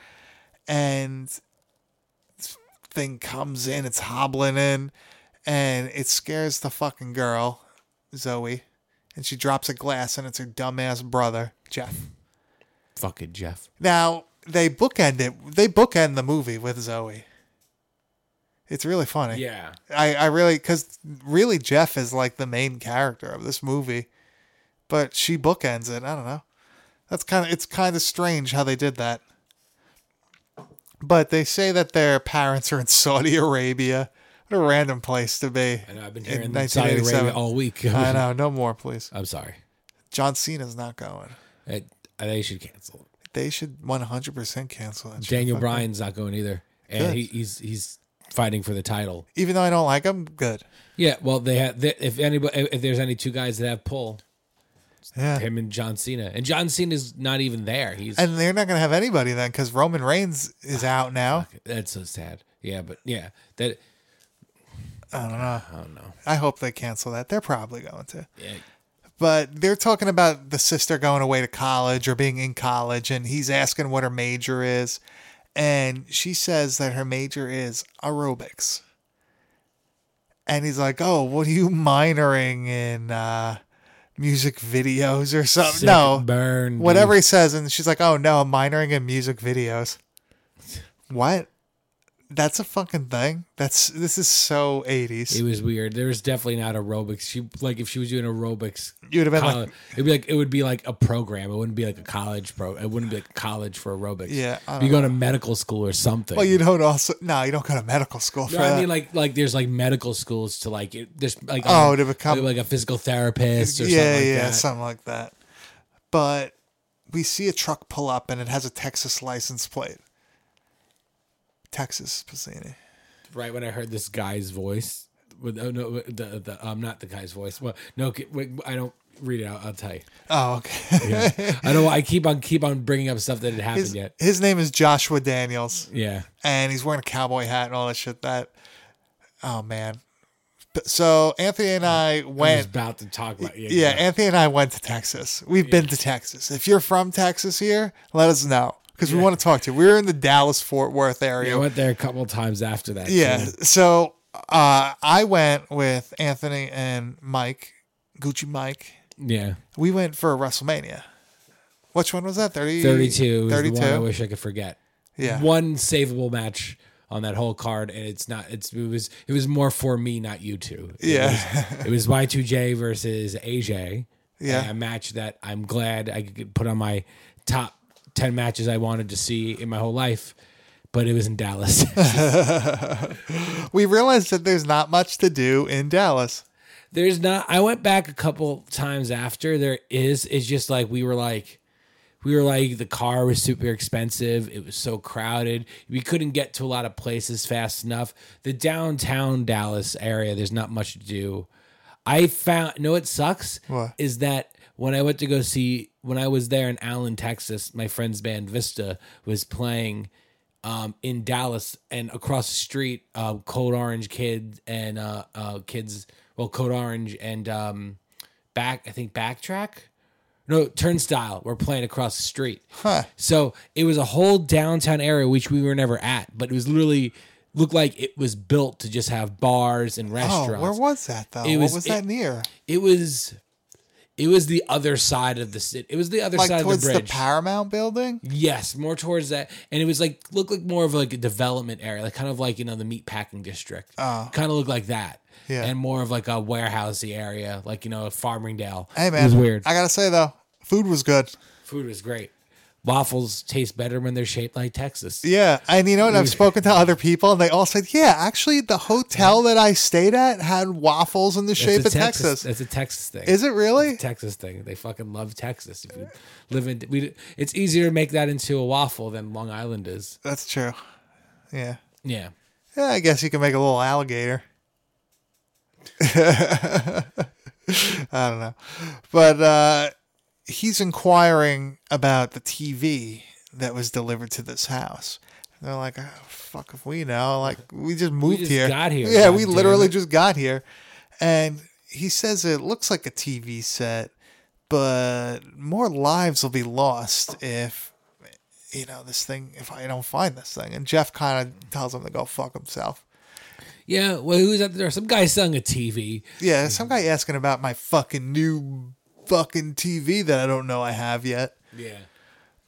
and this thing comes in, it's hobbling in and it scares the fucking girl, Zoe, and she drops a glass and it's her dumbass brother, Jeff.
Fucking Jeff.
Now, they bookend it. They bookend the movie with Zoe. It's really funny.
Yeah,
I, I really because really Jeff is like the main character of this movie, but she bookends it. I don't know. That's kind of it's kind of strange how they did that. But they say that their parents are in Saudi Arabia. What a random place to be.
and I've been
in
hearing that Saudi Arabia
1987.
all week.
I know. No more, please.
I'm sorry.
John Cena's not going.
I, I, they should cancel.
They should 100% cancel that. shit.
Daniel
Fuck
Bryan's not going either,
Good.
and he, he's he's fighting for the title.
it. Even though I don't like him, good.
Yeah, well, they have. They, if anybody, if there's any two guys that have pull,
Yeah.
him and John Cena, and John Cena's not even there. He's
And they're not going to have anybody then because Roman Reigns is out now.
that's so sad. Yeah, but yeah, that
I don't know.
I don't know.
I hope they cancel that. They're probably going to.
Yeah.
But they're talking about the sister going away to college or being in college, and he's asking what her major is. And she says that her major is aerobics. And he's like, Oh, what are you minoring in? Uh, music videos or something?
Sick
no.
burn,
Whatever he says. And she's like, Oh, no, I'm minoring in music videos. What? That's a fucking thing? That's This is so 80s.
It was weird. There was definitely not aerobics. She like if she was doing aerobics,
You would have been
coll-
like,
it'd be like it would be like a program. It wouldn't be like a college pro. It wouldn't be like college for aerobics.
Yeah, I
If you go to medical school or something.
Well, you don't also no, you don't go to medical school for
No, I
that.
mean, like, like there's like medical schools to like, it, there's like,
uh, Oh,
a-
to become-
like, a physical therapist or
yeah,
something like
yeah,
that.
something like that. But we see a truck pull up and it has a Texas license plate. Texas Piscini.
Right when I heard this guy's voice, with oh no, the, the um, not the guy's voice. Well, no, c- wait, I don't read it out. I'll tell you.
Oh, okay.
I don't. I keep on keep on bringing up stuff that had happened
his,
yet.
his name is Joshua Daniels,
Yeah,
and he's wearing a cowboy hat and all that shit. That oh man. But- So Anthony and I
I was
went.
about to talk about yeah.
Yeah, Anthony and I went to Texas. We've been to Texas. If you're from Texas here, let us know because we want to talk to you. We were in the Dallas Fort Worth area.
I went there a couple times after that.
Yeah.
too.
So uh, I went with Anthony and Mike, Gucci Mike.
Yeah.
We went for WrestleMania. Which one was that? 30,
32 is the one I
32?
wish I could forget.
Yeah.
One savable match on that whole card and it's not it's it was it was more for me not you two. It
Yeah.
was- It was Y2J versus AJ.
Yeah.
A match that I'm glad I could put on my top 10 matches I wanted to see in my whole life, but it was in Dallas.
We realized that there's not much to do in Dallas.
There's not. I went back a couple times after. There is. It's just like we were like, we were like the car was super expensive. It was so crowded. We couldn't get to a lot of places fast enough. The downtown Dallas area. There's not much to do. I found. No, it sucks.
What?
is that? When I went to go see, when I was there in Allen, Texas, my friend's band Vista was playing, um, in Dallas and across the street, uh, Code Orange Kid and uh, uh, kids, well, Code Orange and um, back, I think Backtrack, no Turnstile, were playing across the street. So it was a whole downtown area which we were never at, but it was literally looked like it was built to just have bars and
Oh,
restaurants.
where was that though?
It
what
was-
was that
it-
near?
It was it was the other side of the city. It was the other
Like
side of
towards
the
the,
bridge.
Paramount building?
yes, more towards that, and it was like looked like more of like a development area, like kind of like you know the meat packing district. kind of looked like that.
Oh. Yeah.
and more of like a warehousey area, like you know Farmingdale.
Hey man,
it was weird.
I gotta say though, food was good.
Food was great. Waffles taste better when they're shaped like Texas.
Yeah, and you know what? I've spoken to other people, and they all said, "Yeah, actually, the hotel that I stayed at had waffles in the shape of
That's a
Texas.
It's a Texas thing.
Is it really?
Texas thing. They fucking love Texas. If you live in, we, it's easier to make that into a waffle than Long Island is.
That's true. Yeah,
Yeah.
yeah. I guess you can make a little alligator. I don't know, but uh, he's inquiring about the TV that was delivered to this house. They're like, oh, "Fuck if we know." Like, we just moved
just
here.
got here,
Yeah, we
goddammit.
literally just got here, and he says it looks like a TV set, but more lives will be lost if you know this thing. If I don't find this thing, and Jeff kind of tells him to go fuck himself.
Yeah. Well, who's out there? Some guy selling a TV.
Yeah, some guy asking about my fucking new fucking TV that I don't know I have yet.
Yeah.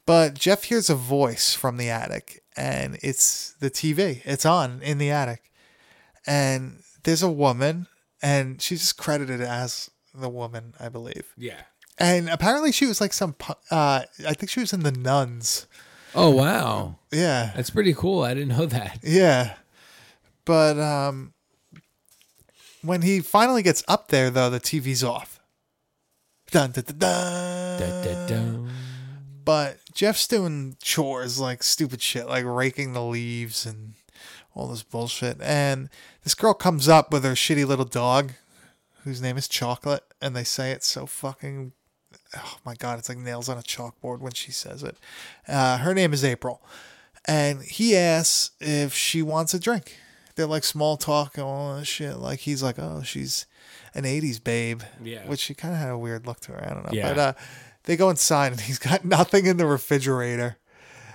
But Jeff hears a voice from the attic, and it's the TV. It's on in the attic. And there's a woman, and she's just credited as the woman, I believe.
Yeah.
And apparently, she was like some, pu- uh, I think she was in the nuns.
Oh, wow.
Yeah.
That's pretty cool. I didn't know that.
Yeah. But um, when he finally gets up there, though, the TV's off. Dun, dun, dun, dun.
Da, da, da.
but Jeff's doing chores like stupid shit, like raking the leaves and all this bullshit. And this girl comes up with her shitty little dog, whose name is Chocolate, and they say it's so fucking. Oh my god, it's like nails on a chalkboard when she says it. Uh, her name is April, and he asks if she wants a drink. They're like small talk and all that shit. Like he's like, oh, she's an '80s babe,
Yeah.
which she kind of had a weird look to her. I don't know,
Yeah.
but uh, they go inside and he's got nothing in the refrigerator.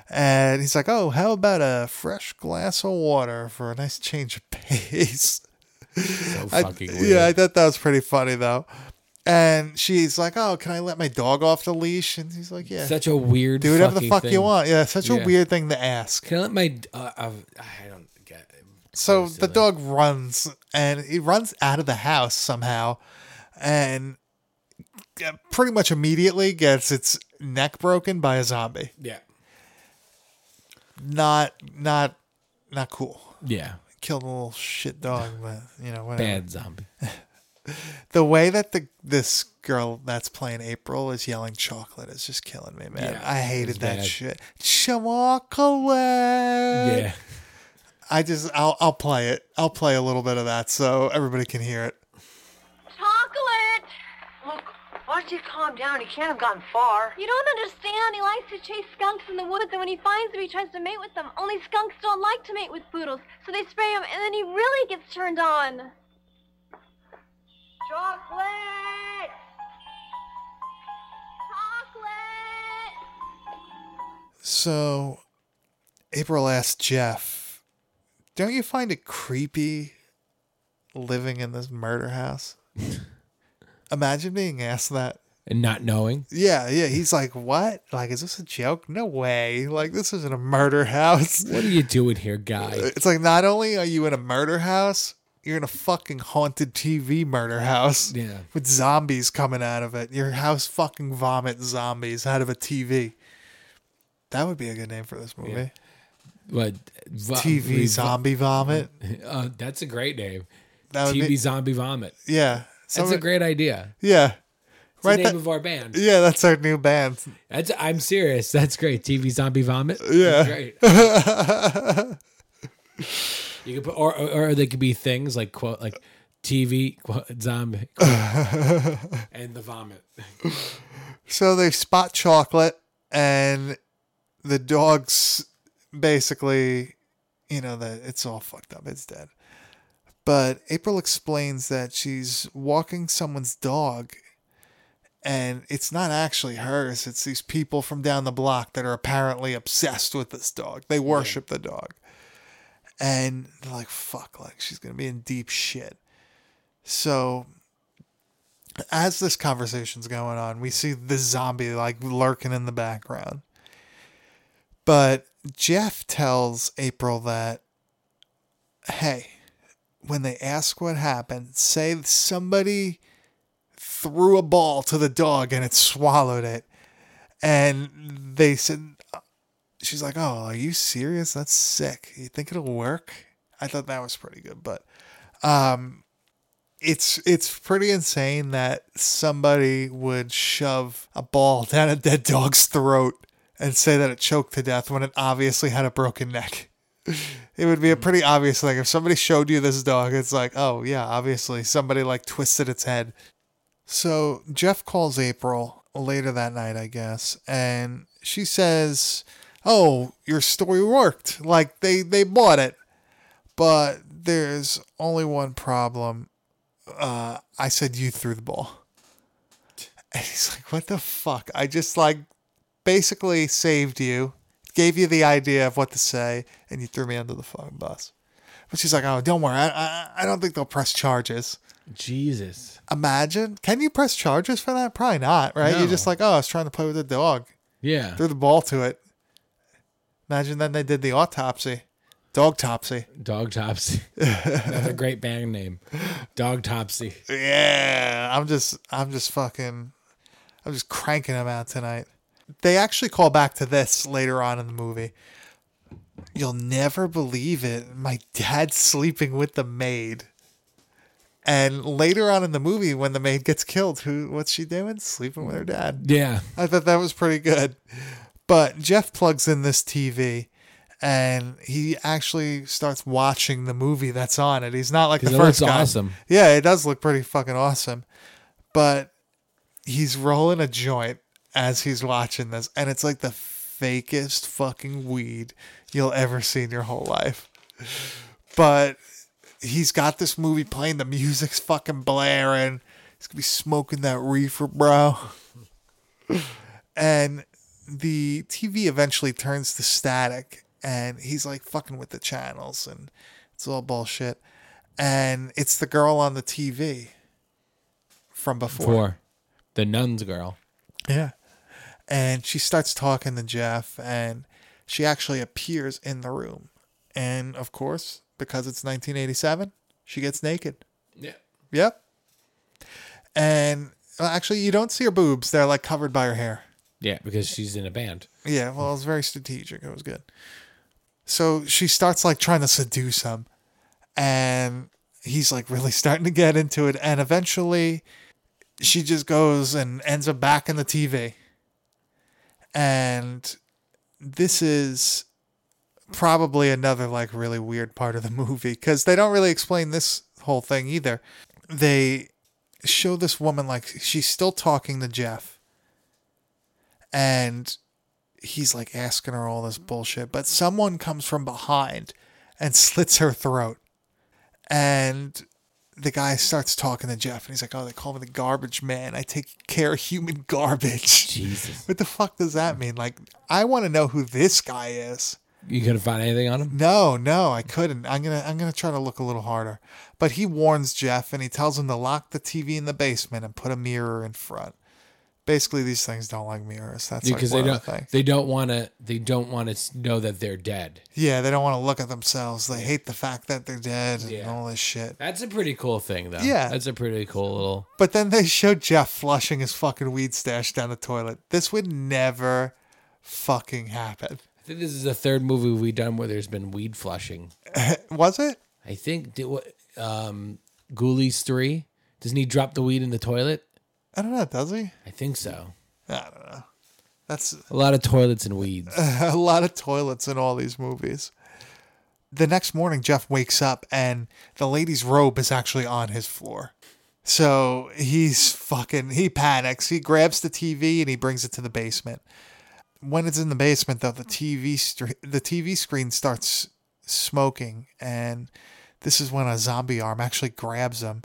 And he's like, "Oh, how about a fresh glass of water for a nice change of pace?"
So
I-
fucking weird.
yeah, I thought that was pretty funny though. And she's like, "Oh, can I let my dog off the leash?" And he's like, "Yeah,
Such a weird.
do whatever the
fucking
fuck
thing.
you want." Yeah, such a
Yeah.
weird thing to ask.
Can I let my? Uh, uh, I don't get.
So
Close to
the
that.
dog runs and he runs out of the house somehow and pretty much immediately gets its neck broken by a zombie.
Yeah.
Not not not cool.
Yeah.
Killed a little shit dog, but you know, whatever.
Bad zombie.
Uh, The way that the this girl that's playing April is yelling chocolate is just killing me, man.
Yeah,
I
it's
hated that
bad.
shit. Chocolate.
Yeah.
I just I'll I'll play it. I'll play a little bit of that so everybody can hear it.
Chocolate!
Look, why don't you calm down? He can't have gotten far.
You don't understand. He likes to chase skunks in the woods, and when he finds them, he tries to mate with them. Only skunks don't like to mate with poodles, so they spray him, and then he really gets turned on.
Chocolate!
Chocolate!
So April asked Jeff, "Don't you find it creepy living in this murder house?" Imagine being asked that.
And not knowing.
Yeah, yeah. He's like, what? Like, is this a joke? No way. Like, this isn't a murder house.
What are you doing here, guy?
It's like, not only are you in a murder house, you're in a fucking haunted TV murder house.
Yeah.
With zombies coming out of it. Your house fucking vomit zombies out of a TV. That would be a good name for this movie.
Yeah. What? vo-
TV
Uh, we-
zombie vomit.
Uh, that's a great name.
That would
TV
be
Zombie Vomit.
yeah.
That's a
Someone-
great idea.
yeah.
It's
Right.
the name
that-
of our band.
yeah, that's our new band.
That's I'm serious. That's great. TV Zombie Vomit.
Yeah.
That's great. you could put, or, or or they could be things like quote like TV quote, zombie quote, and the vomit.
So they spot chocolate, and the dog s- basically, you know, that it's all fucked up. It's dead. But April explains that she's walking someone's dog and it's not actually hers. It's these people from down the block that are apparently obsessed with this dog. They worship the dog. And they're like, fuck, like she's going to be in deep shit. So as this conversation's going on, we see the zombie like lurking in the background. But Jeff tells April that, hey, when they ask what happened, say somebody threw a ball to the dog and it swallowed it. And they said, she's like, oh, are you serious? That's sick. You think it'll work? I thought that was pretty good, but it's it's pretty insane that somebody would shove a ball down a dead dog's throat and say that it choked to death when it obviously had a broken neck. It would be a pretty obvious thing. If somebody showed you this dog, it's like, oh yeah, obviously somebody like twisted its head. So Jeff calls April later that night, I guess, and she says, Oh, your story worked. Like they, they bought it. But there's only one problem uh, I said you threw the ball. And he's like, what the fuck? I just like basically saved you, gave you the idea of what to say, and you threw me under the fucking bus. But she's like, oh, don't worry. I, I, I don't think they'll press charges.
Jesus.
Imagine. Can you press charges for that? Probably not, right? You're just
No.
like, oh, I was trying to play with the dog.
Yeah.
Threw the ball to it. Imagine then they did the autopsy, dog topsy.
Dog Topsy. Another great band name. Dog Topsy.
Yeah, I'm just, I'm just fucking, I'm just cranking them out tonight. They actually call back to this later on in the movie. You'll never believe it. My dad's sleeping with the maid. And later on in the movie, when the maid gets killed, who, what's she doing? Sleeping with her dad.
Yeah.
I thought that was pretty good. But Jeff plugs in this TV and he actually starts watching the movie that's on it. He's not like the
'Cause it
first
looks
guy.
awesome.
Yeah, it does look pretty fucking awesome. But he's rolling a joint as he's watching this and it's like the fakest fucking weed you'll ever see in your whole life. But he's got this movie playing, the music's fucking blaring. He's gonna be smoking that reefer, bro and the TV eventually turns to static, and he's like fucking with the channels, and it's all bullshit. And it's the girl on the TV from before.
Four. The Nuns Girl.
Yeah. And she starts talking to Jeff, and she actually appears in the room. And of course, because it's 1987, she gets naked.
Yeah.
Yep. And well, actually, you don't see her boobs, they're like covered by her hair.
Yeah, because she's in a band.
Yeah, well, it was very strategic. It was good. So she starts like trying to seduce him, and he's like really starting to get into it. And eventually, she just goes and ends up back in the TV. And this is probably another like really weird part of the movie because they don't really explain this whole thing either. They show this woman like she's still talking to Jeff, and he's like asking her all this bullshit, but someone comes from behind and slits her throat. And the guy starts talking to Jeff and he's like, Oh, they call me the garbage man. I take care of human garbage.
Jesus.
What the fuck does that mean? Like, I want to know who this guy is.
You couldn't find anything on him?
No, no, I couldn't. I'm gonna I'm gonna try to look a little harder. But he warns Jeff and he tells him to lock the TV in the basement and put a mirror in front. Basically, these things don't like mirrors. That's like
Because
one
they
of
don't
the things.
they don't wanna they don't wanna s- know that they're dead.
Yeah, they don't want to look at themselves. They hate the fact that they're dead and
Yeah.
all this shit.
That's a pretty cool thing though.
Yeah.
That's a pretty cool little
But then they show Jeff flushing his fucking weed stash down the toilet. This would never fucking happen.
I think this is the third movie we've done where there's been weed flushing.
Was it?
I think did what um Ghoulies three. Doesn't he drop the weed in the toilet?
I don't know, does he?
I think so.
I don't know. That's
A lot of toilets and weeds.
a lot of toilets in all these movies. The next morning, Jeff wakes up and the lady's robe is actually on his floor. So he's fucking, he panics. He grabs the TV and he brings it to the basement. when it's in the basement though, the TV stre- the TV screen starts smoking, and this is when a zombie arm actually grabs him.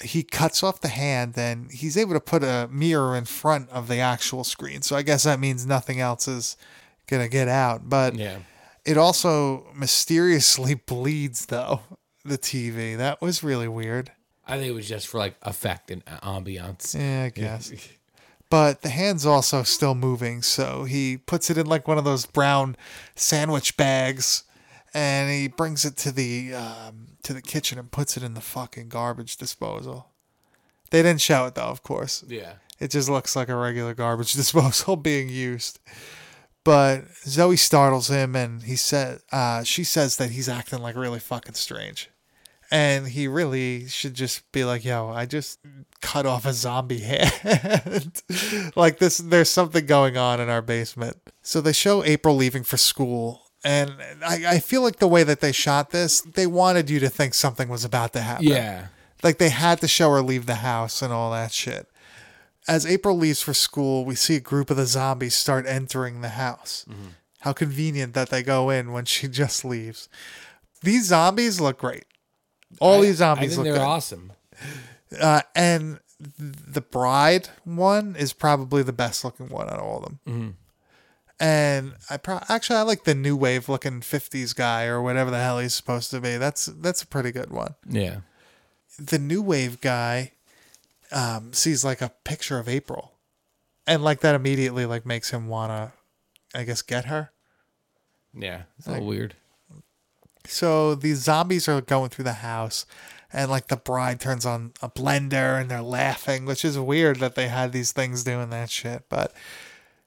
He cuts off the hand, and he's able to put a mirror in front of the actual screen. So I guess that means nothing else is gonna get out. But
Yeah.
it also mysteriously bleeds though the TV. That was really weird.
I think it was just for like effect and ambiance.
Yeah, I guess. But the hand's also still moving, so he puts it in like one of those brown sandwich bags, and he brings it to the um, to the kitchen and puts it in the fucking garbage disposal. They didn't show it though, of course.
Yeah.
It just looks like a regular garbage disposal being used. But Zoe startles him, and he said, uh, she says that he's acting like really fucking strange, and he really should just be like, "Yo, I just cut off a zombie hand. like this, there's something going on in our basement." So they show April leaving for school, and I, I feel like the way that they shot this, they wanted you to think something was about to happen.
Yeah.
Like they had to show her leave the house and all that shit. As April leaves for school, we see a group of the zombies start entering the house.
Mm-hmm.
How convenient that they go in when she just leaves. These zombies look great. All these
I
zombies
think
look
they're
good.
awesome.
Uh, and th- the bride one is probably the best looking one out of all of them.
Mm-hmm.
And I pro- actually I like the new wave looking '50s guy or whatever the hell he's supposed to be. That's that's a pretty good one
Yeah.
the new wave guy um, sees like a picture of April, and like that immediately like makes him wanna, I guess, get her.
Yeah. It's a little weird.
So these zombies are going through the house, and like the bride turns on a blender and they're laughing, which is weird that they had these things doing that shit. But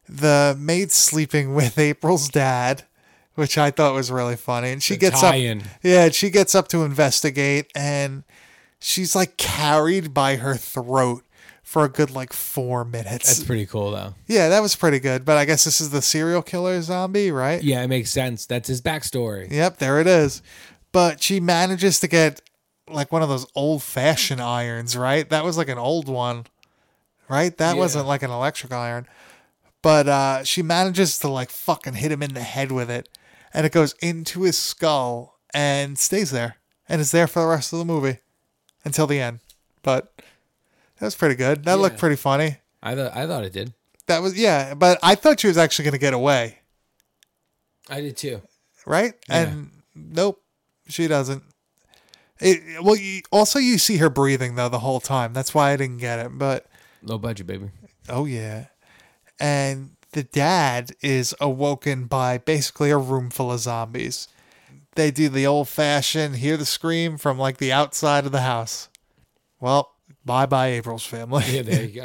the maid's sleeping with April's dad, which I thought was really funny, and she
The
gets up.
tie-in.
Yeah, and she gets up to investigate, and she's like carried by her throat for a good like four minutes.
That's pretty cool though.
yeah, that was pretty good. But I guess this is the serial killer zombie, right?
Yeah, it makes sense. That's his backstory.
Yep, there it is. But she manages to get like one of those old fashioned irons, right? That was like an old one, right? That
Yeah.
wasn't like an electric iron. But uh, she manages to like fucking hit him in the head with it. And it goes into his skull and stays there and is there for the rest of the movie until the end. But that was pretty good. That looked
Yeah.
pretty funny.
I thought I thought it did.
That was, yeah, but I thought she was actually going to get away.
I did too.
right? And nope, she doesn't. It well, you, also you see her breathing though the whole time. That's why I didn't get it. But
Low budget, baby.
oh yeah, and the dad is awoken by basically a room full of zombies. They do the old fashioned hear the scream from like the outside of the house. Well, bye bye April's family.
Yeah, there you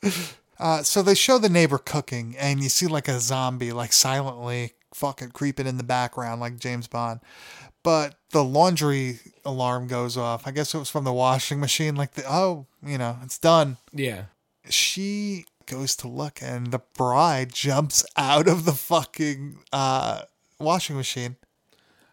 go.
Uh, so they show the neighbor cooking, and you see like a zombie, like silently fucking creeping in the background, like James Bond. But the laundry alarm goes off. I guess it was from the washing machine. Like, the, oh, you know, it's done.
Yeah.
She goes to look, and the bride jumps out of the fucking uh, washing machine.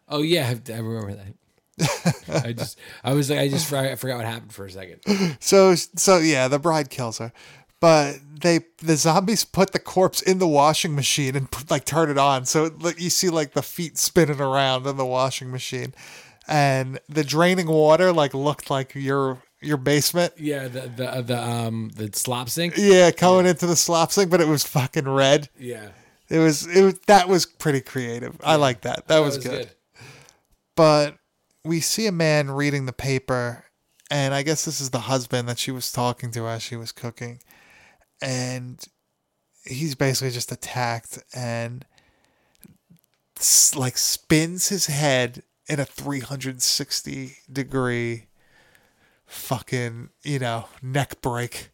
Oh yeah, I, I remember that. I just I was like I just I forgot what happened for a second.
So, so yeah, the bride kills her. But they the zombies put the corpse in the washing machine and put, like turn it on, so it, like, you see like the feet spinning around in the washing machine, and the draining water like looked like your your basement.
Yeah, the the the um the slop sink.
Yeah, coming into the slop sink, but it was fucking red.
Yeah.
It was it was that was pretty creative. I like that. That, was, good. but we see a man reading the paper and i guess this is the husband that she was talking to as she was cooking and he's basically just attacked and s- like spins his head in a 360 degree fucking you know neck break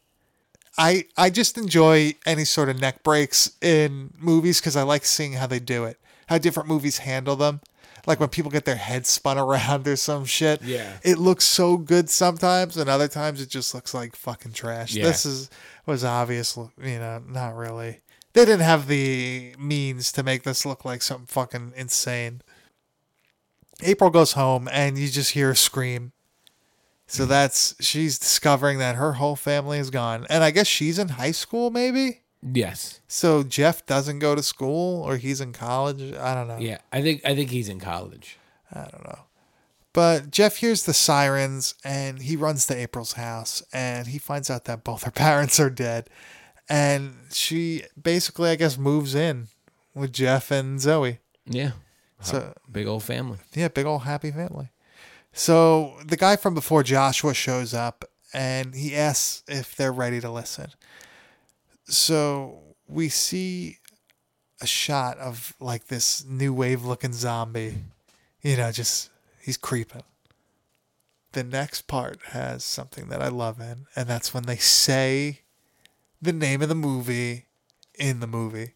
i i just enjoy any sort of neck breaks in movies because i like seeing how they do it how different movies handle them like when people get their heads spun around or some shit
Yeah.
it looks so good sometimes and other times it just looks like fucking trash
Yeah.
this is was obvious you know not really they didn't have the means to make this look like something fucking insane April goes home and you just hear her scream. So that's she's discovering that her whole family is gone. And I guess she's in high school, maybe?
Yes.
So Jeff doesn't go to school or he's in college. I don't know.
Yeah. I think I think he's in college.
But Jeff hears the sirens and he runs to April's house and he finds out that both her parents are dead. And she basically, I guess, moves in with Jeff and Zoe.
Yeah. Uh,
So,
Big old family.
yeah, big old happy family. So the guy from before, Joshua, shows up and he asks if they're ready to listen. So we see a shot of like this new wave looking zombie. You know, just he's creeping. The next part has something that I love in, and that's when they say the name of the movie in the movie.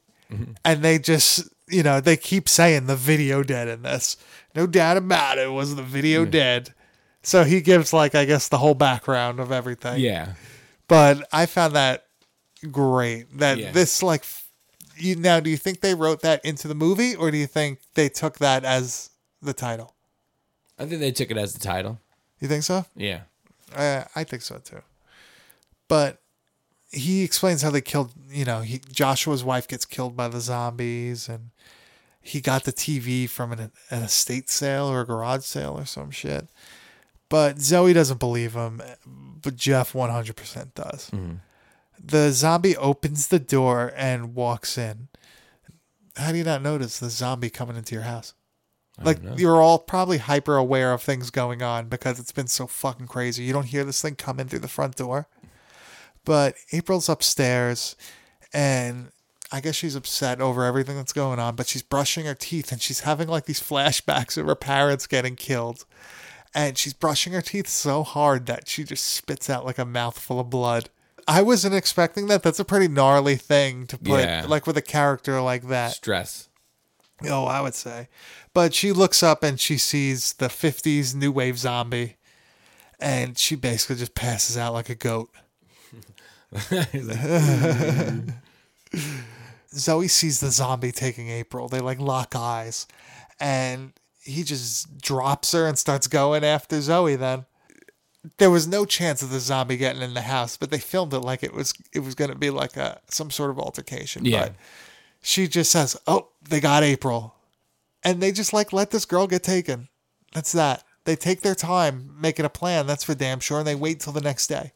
And they just, you know, they keep saying the video dead in this. No doubt about it was the video dead. So he gives like I guess the whole background of everything
Yeah.
but I found that great. That
Yeah.
this like f- you now do you think they wrote that into the movie or do you think they took that as the title?
I think they took it as the title.
You think so?
Yeah.
Uh, I think so too. But he explains how they killed, you know, he, Joshua's wife gets killed by the zombies and he got the TV from an, an estate sale or a garage sale or some shit. But Zoe doesn't believe him, but Jeff 100% does. The zombie opens the door and walks in. How do you not notice the zombie coming into your house? like you're all probably hyper aware of things going on because it's been so fucking crazy. You don't hear this thing come in through the front door. But April's upstairs and I guess she's upset over everything that's going on, but she's brushing her teeth and she's having like these flashbacks of her parents getting killed. And she's brushing her teeth so hard that she just spits out like a mouthful of blood. I wasn't expecting that. That's a pretty gnarly thing to put
Yeah.
like with a character like that.
Stress.
Oh, I would say. But she looks up and she sees the 50s new wave zombie and she basically just passes out like a goat. Zoe sees the zombie taking April. They like lock eyes and he just drops her and starts going after Zoe then. There was no chance of the zombie getting in the house, but they filmed it like it was it was going to be like a some sort of altercation,
Yeah.
but she just says, "Oh, they got April," and they just like let this girl get taken. That's that. They take their time making a plan. That's for damn sure, and they wait till the next day.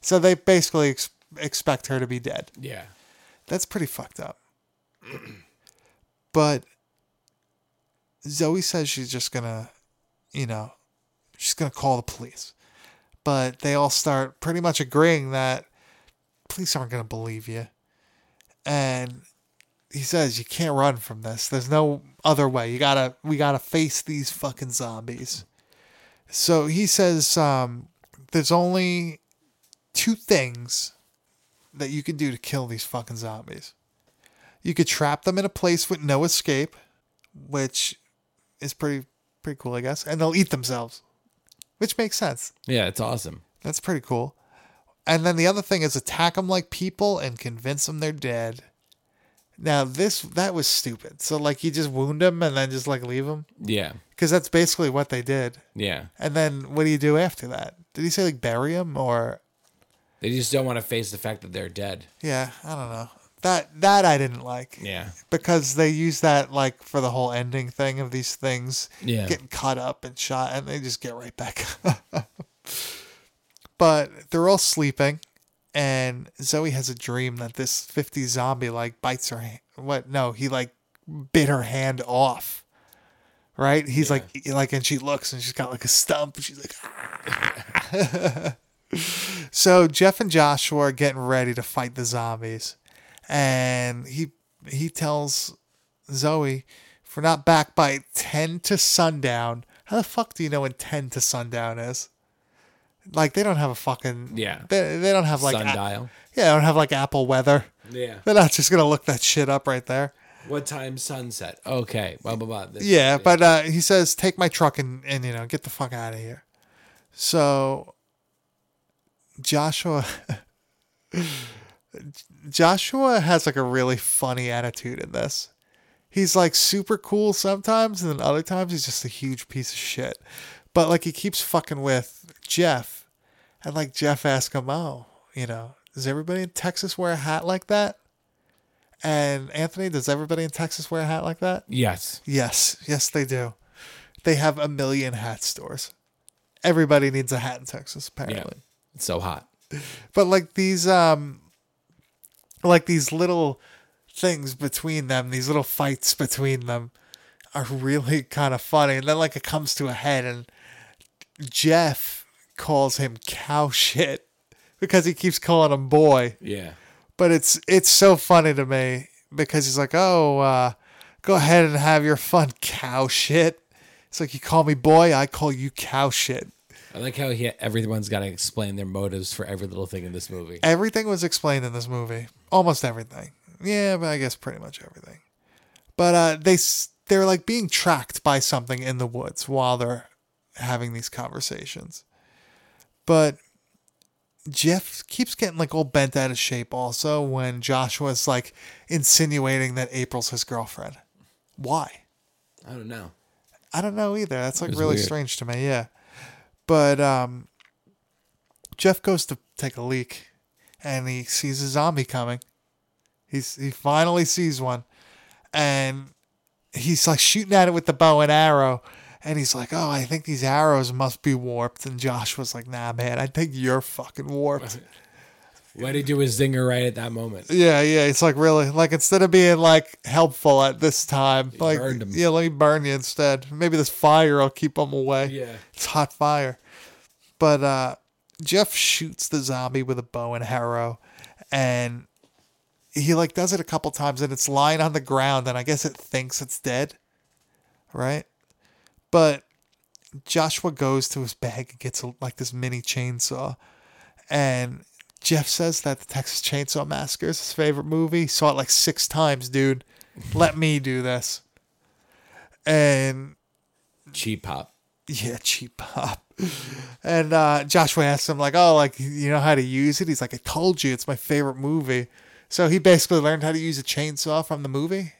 So they basically ex- expect her to be dead.
Yeah.
That's pretty fucked up. but Zoe says she's just gonna, you know, she's gonna call the police. But they all start pretty much agreeing that police aren't gonna believe you. And he says you can't run from this. There's no other way. You gotta we gotta face these fucking zombies. So he says um, there's only two things that you could do to kill these fucking zombies. You could trap them in a place with no escape, which is pretty pretty cool, I guess. And they'll eat themselves, which makes sense.
Yeah, it's awesome.
That's pretty cool. And then the other thing is attack them like people and convince them they're dead. Now this that was stupid. So like you just wound them and then just like leave them
Yeah.
because that's basically what they did.
Yeah.
And then what do you do after that? Did he say like bury them or
They just don't want to face the fact that they're dead.
yeah? I don't know. That that I didn't like.
Yeah.
because they use that like for the whole ending thing of these things
Yeah.
getting caught up and shot and they just get right back up. but they're all sleeping and zoe has a dream that this 50 zombie like bites her hand what no he like bit her hand off right he's like like and she looks and she's got like a stump and she's like so Jeff and Joshua are getting ready to fight the zombies, and he he tells Zoe, "If we're not back by ten to sundown, how the fuck do you know when ten to sundown is? Like they don't have a fucking
Yeah.
They, they don't have like a-
Sundial.
yeah, they don't have like Apple Weather.
Yeah.
They're not just gonna look that shit up right there.
What time sunset? Okay. Blah blah blah. This-
Yeah, but uh, he says, "Take my truck and and you know get the fuck out of here." So Joshua, Joshua has like a really funny attitude in this. He's like super cool sometimes, and then other times he's just a huge piece of shit. But like he keeps fucking with Jeff, and like Jeff asks him, "Oh, you know, does everybody in Texas wear a hat like that?" And Anthony, does everybody in Texas wear a hat like that?
Yes.
Yes, yes, they do. They have a million hat stores. Everybody needs a hat in Texas,
Yeah.
apparently.
It's so hot.
But like these, um, like these little things between them, these little fights between them, are really kind of funny. And then like it comes to a head, and Jeff calls him cow shit because he keeps calling him boy
Yeah.
but it's it's so funny to me because he's like, "Oh, uh, go ahead and have your fun, cow shit." It's like you call me boy, I call you cow shit.
I like how he, everyone's got to explain their motives for every little thing in this movie.
Everything was explained in this movie, almost everything. Yeah, but I guess pretty much everything. But uh, they s- they're like being tracked by something in the woods while they're having these conversations. But Jeff keeps getting like all bent out of shape also when Joshua's like insinuating that April's his girlfriend. Why?
I don't know.
I don't know either. That's like
was
really
weird.
strange to me. Yeah. But um, Jeff goes to take a leak and he sees a zombie coming. He's he finally sees one and he's like shooting at it with the bow and arrow and he's like, "Oh, I think these arrows must be warped." And Josh was like, "Nah, man, I think you're fucking warped."
Why did he do his zinger right at that moment?
Yeah, yeah. It's like really like instead of being like helpful at this time, like
burned 'em.
yeah, let me burn you instead. Maybe this fire will keep them away.
Yeah.
it's hot fire. But uh, Jeff shoots the zombie with a bow and arrow, and he like does it a couple times, and it's lying on the ground, and I guess it thinks it's dead, right? But Joshua goes to his bag and gets like this mini chainsaw, and Jeff says that the Texas Chainsaw Massacre is his favorite movie. He saw it like six times, dude. Let me do this. And
Cheap pop.
yeah, cheap pop. And uh, Joshua asks him like, "Oh, like you know how to use it?" He's like, "I told you, it's my favorite movie." So he basically learned how to use a chainsaw from the movie.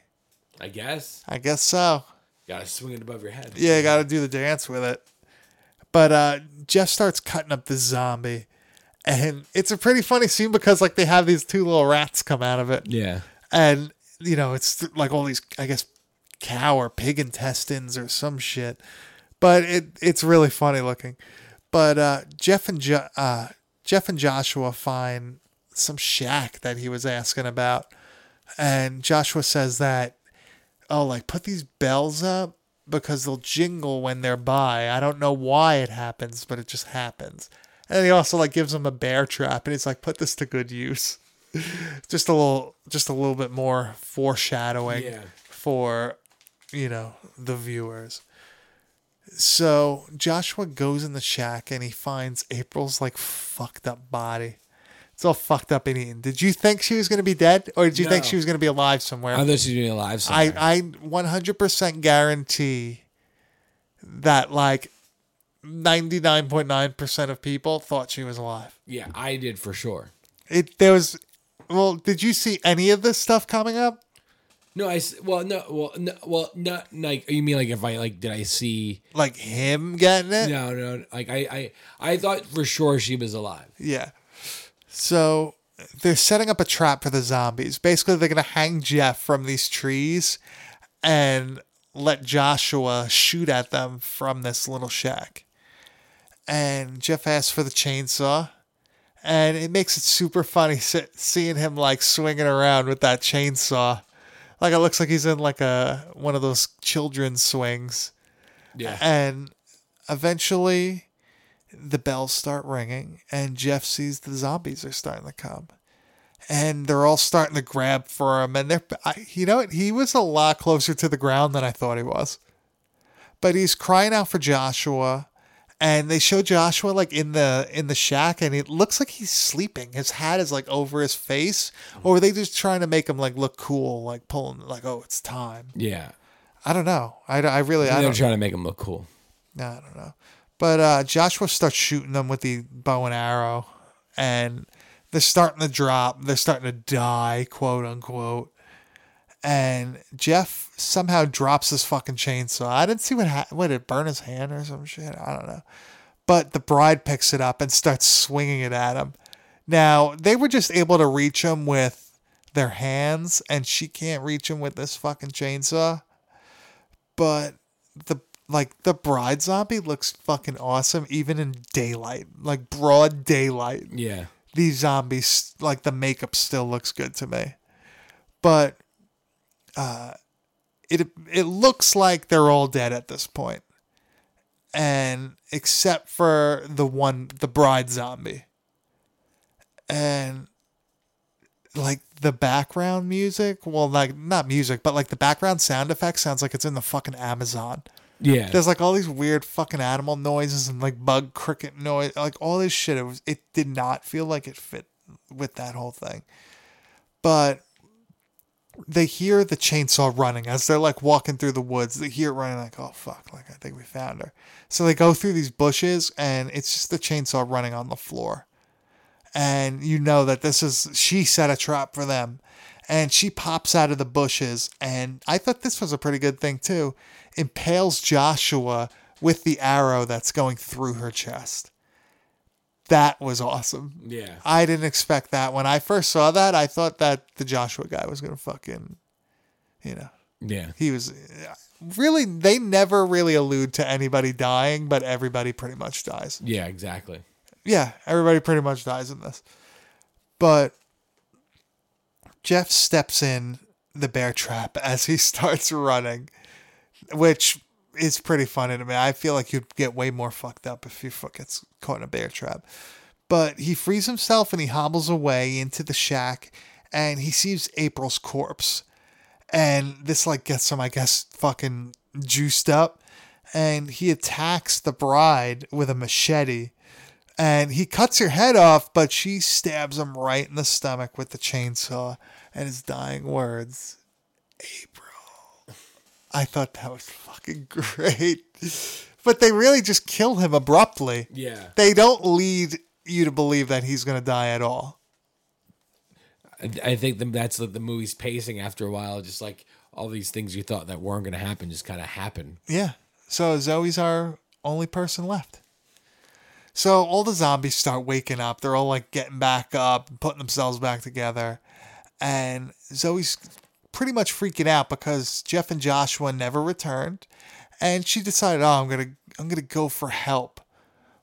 I guess.
I guess so.
Got to swing it above your head.
Yeah, you got to do the dance with it. But uh, Jeff starts cutting up the zombie, and it's a pretty funny scene because like they have these two little rats come out of it.
Yeah.
and you know it's th- like all these i guess cow or pig intestines or some shit but it it's really funny looking but uh jeff and jo- uh jeff and joshua find some shack that he was asking about and joshua says that oh like put these bells up because they'll jingle when they're by i don't know why it happens but it just happens and he also like gives him a bear trap and he's like put this to good use just a little just a little bit more foreshadowing
Yeah.
for you know the viewers so joshua goes in the shack and he finds april's like fucked up body it's all fucked up and eaten did you think she was going to be dead or did you think
No.
she was going to be alive somewhere
I thought she was doing a live
I,
somewhere.
I 100% guarantee that like 99.9% of people thought she was alive.
yeah, I did for sure.
It there was well, did you see any of this stuff coming up?
No, I s- well no well no well not like you mean like if I like did I see
Like him getting it?
no no like I I I thought for sure she was alive.
Yeah. So they're setting up a trap for the zombies. Basically, they're going to hang Jeff from these trees and let Joshua shoot at them from this little shack. And Jeff asks for the chainsaw. And it makes it super funny se- seeing him like swinging around with that chainsaw. Like it looks like he's in like a one of those children's swings
Yeah.
and eventually the bells start ringing and jeff sees the zombies are starting to come and they're all starting to grab for him and they're I, you know what he was a lot closer to the ground than i thought he was but he's crying out for joshua and they show joshua like in the in the shack and it looks like he's sleeping his hat is like over his face or are they just trying to make him like look cool like pulling like oh it's time
Yeah.
i don't know i, I really i
They're
don't
trying to make him look cool.
no, I don't know. But uh, Joshua starts shooting them with the bow and arrow, and they're starting to drop. They're starting to die, quote unquote. And Jeff somehow drops his fucking chainsaw. I didn't see what happened. What, it burn his hand or some shit? I don't know. But the bride picks it up and starts swinging it at him. Now, they were just able to reach him with their hands, and she can't reach him with this fucking chainsaw. But the like the bride zombie looks fucking awesome, even in daylight, like broad daylight
Yeah.
these zombies like the makeup still looks good to me but uh it it looks like they're all dead at this point and except for the one the bride zombie and like the background music well like not music but like the background sound effect sounds like it's in the fucking amazon
Yeah.
there's like all these weird fucking animal noises and like bug cricket noise, like all this shit. It was it did not feel like it fit with that whole thing. But they hear the chainsaw running as they're like walking through the woods. They hear it running like, oh fuck, like I think we found her. So they go through these bushes and it's just the chainsaw running on the floor. And you know that this is she set a trap for them. And she pops out of the bushes and I thought this was a pretty good thing too. Impales Joshua with the arrow that's going through her chest. That was awesome.
yeah.
I didn't expect that. When I first saw that, I thought that the Joshua guy was going to fucking, you know,
Yeah.
he was really, they never really allude to anybody dying, but everybody pretty much dies
Yeah. Exactly.
yeah, everybody pretty much dies in this. But Jeff steps in the bear trap as he starts running, which is pretty funny to me. I feel like you'd get way more fucked up if you fuck gets caught in a bear trap. But he frees himself and he hobbles away into the shack and he sees April's corpse. And this like gets him, I guess, fucking juiced up. And he attacks the bride with a machete and he cuts her head off, but she stabs him right in the stomach with the chainsaw and his dying words, April. I thought that was fucking great. But they really just kill him abruptly.
Yeah.
They don't lead you to believe that he's going to die at all.
I, I think the, that's like the movie's pacing after a while. Just like all these things you thought that weren't going to happen just kind of happen.
Yeah. So Zoe's our only person left. So all the zombies start waking up. They're all like getting back up, putting themselves back together. And Zoe's pretty much freaking out because Jeff and Joshua never returned. And she decided, "Oh, I'm going to I'm going to go for help."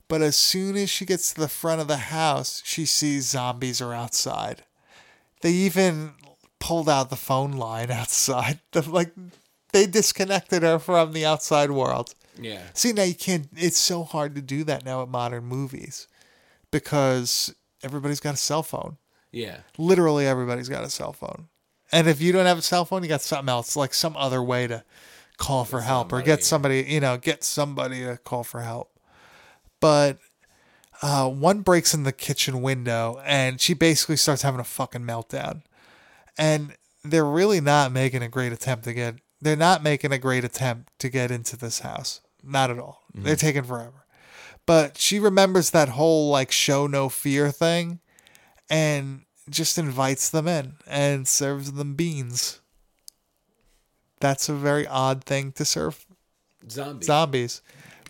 But as soon as she gets to the front of the house, she sees zombies are outside. They even pulled out the phone line outside. like they disconnected her from the outside world.
Yeah.
See, now you can't. It's so hard to do that now at modern movies because everybody's got a cell phone.
Yeah.
Literally, everybody's got a cell phone. And if you don't have a cell phone, you got something else, like some other way to call for help or get somebody, you know, get somebody to call for help. But uh, one breaks in the kitchen window and she basically starts having a fucking meltdown. And they're really not making a great attempt to get, they're not making a great attempt to get into this house. Not at all. They're taking forever. But she remembers that whole like show no fear thing and just invites them in and serves them beans. That's a very odd thing to serve
Zombies.
zombies.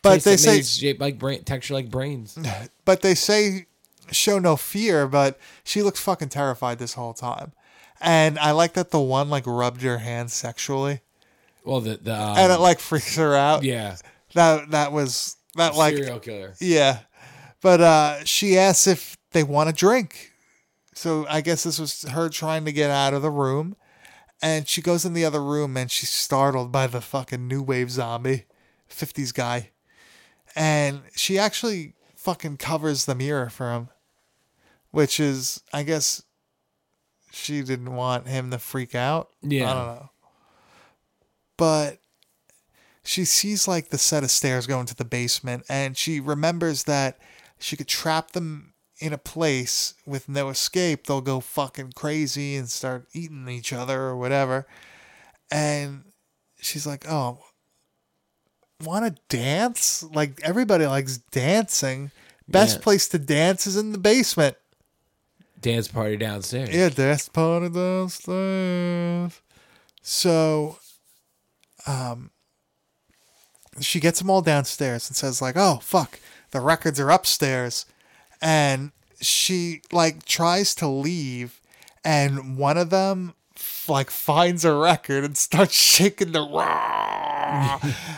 But they say
shape like brain texture like brains.
but they say show no fear, but she looks fucking terrified this whole time. And I like that the one like rubbed her hand sexually
well, the the um,
and it like freaks her out.
yeah
That that was that like
serial killer.
Yeah. But uh, she asks if they want a drink. So I guess this was her trying to get out of the room. And she goes in the other room and she's startled by the fucking new wave zombie, 50s guy. And she actually fucking covers the mirror for him, which is, I guess, she didn't want him to freak out.
Yeah.
I don't know. But she sees like the set of stairs going to the basement and she remembers that she could trap them in a place with no escape they'll go fucking crazy and start eating each other or whatever and she's like oh want to dance like everybody likes dancing best
Yeah.
place to dance is in the basement
Dance party downstairs.
yeah, that's part of downstairs. So, um, she gets them all downstairs and says like, "Oh fuck, the records are upstairs," and she like tries to leave, and one of them f- like finds a record and starts shaking the raw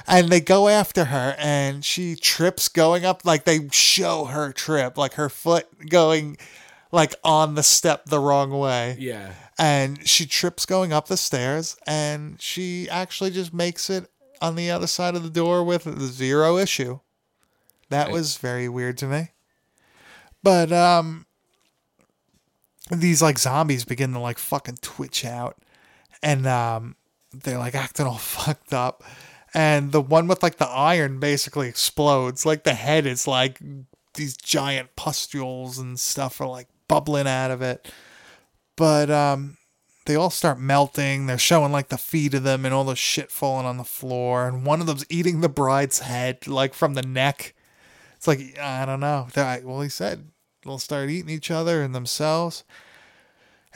and they go after her and she trips going up like they show her trip like her foot going like on the step the wrong way
Yeah.
and she trips going up the stairs and she actually just makes it on the other side of the door with zero issue that was very weird to me but um these like zombies begin to like fucking twitch out and um they're like acting all fucked up and the one with like the iron basically explodes like the head is like these giant pustules and stuff are like bubbling out of it but um they all start melting they're showing like the feet of them and all the shit falling on the floor and one of them's eating the bride's head like from the neck it's like i don't know They're like- well he said they'll start eating each other and themselves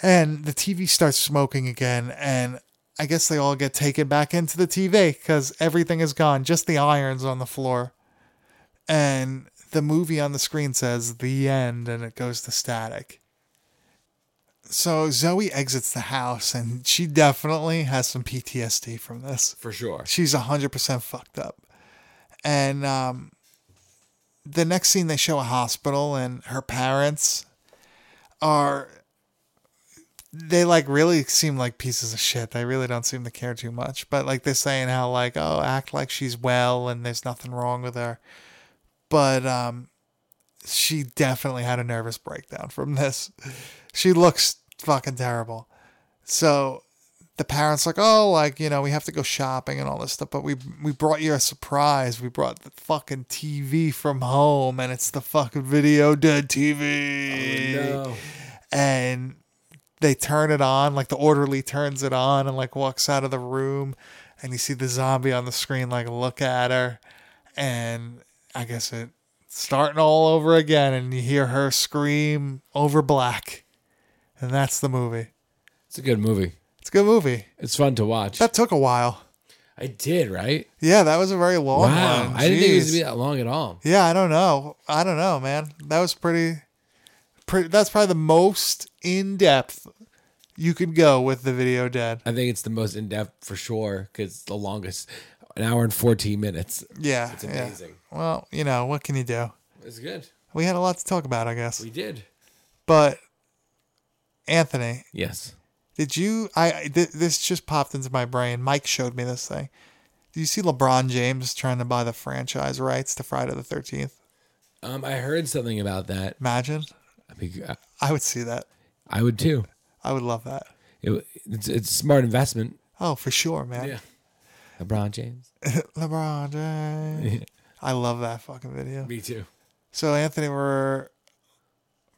and the tv starts smoking again and i guess they all get taken back into the tv because everything is gone just the irons on the floor and the movie on the screen says the end and it goes to static so Zoe exits the house and she definitely has some PTSD from this.
For sure.
She's 100% fucked up. And um, the next scene, they show a hospital, and her parents are. They like really seem like pieces of shit. They really don't seem to care too much. But like they're saying how, like, oh, act like she's well and there's nothing wrong with her. But um, she definitely had a nervous breakdown from this. She looks fucking terrible. So the parents like, oh, like you know, we have to go shopping and all this stuff, but we we brought you a surprise. We brought the fucking TV from home, and it's the fucking video dead TV.
Oh, No.
And they turn it on, like the orderly turns it on and like walks out of the room, and you see the zombie on the screen like look at her, and I guess it starting all over again, and you hear her scream over black, and that's the movie.
It's a good movie.
It's a good movie.
It's fun to watch.
That took a while.
I did, right?
Yeah, that was a very long
Wow.
one.
I didn't think
Oh, Jeez.
it was going to be that long at all.
Yeah, I don't know. I don't know, man. That was pretty. pretty that's probably the most in depth you could go with the video dead.
I think it's the most in depth for sure because it's the longest an hour and 14 minutes.
Yeah,
It's
yeah.
amazing.
Well, you know what can you do?
It's good.
We had a lot to talk about, I guess.
We did.
But Anthony,
Yes.
did you? I I- th- this just popped into my brain. Mike showed me this thing. Do you see LeBron James trying to buy the franchise rights to Friday the Thirteenth?
Um, I heard something about that.
Imagine.
I think I-
I would see that.
I would too.
I would love that.
It, it's, it's a smart investment.
Oh, for sure, man.
LeBron James.
LeBron James. I love that fucking video.
Me too.
So, Anthony, we're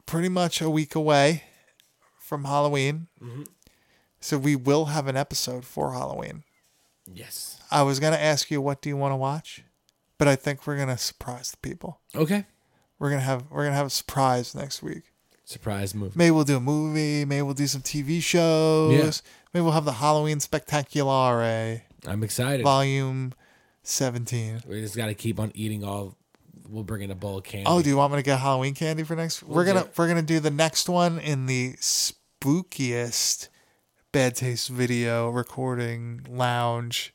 pretty much a week away from Halloween. So, we will have an episode for Halloween.
Yes.
I was going to ask you, what do you want to watch? But I think we're going to surprise the people.
Okay.
We're going to have we're going to have a surprise next week.
Surprise movie.
Maybe we'll do a movie, maybe we'll do some TV shows. Maybe we'll have the Halloween Spectaculare,
I'm excited.
volume 17.
We just got to keep on eating all. We'll bring in a bowl of candy.
Oh, do you want me to get Halloween candy for next? We're
do
gonna
it.
we're gonna do the next one in the spookiest bad taste video recording lounge.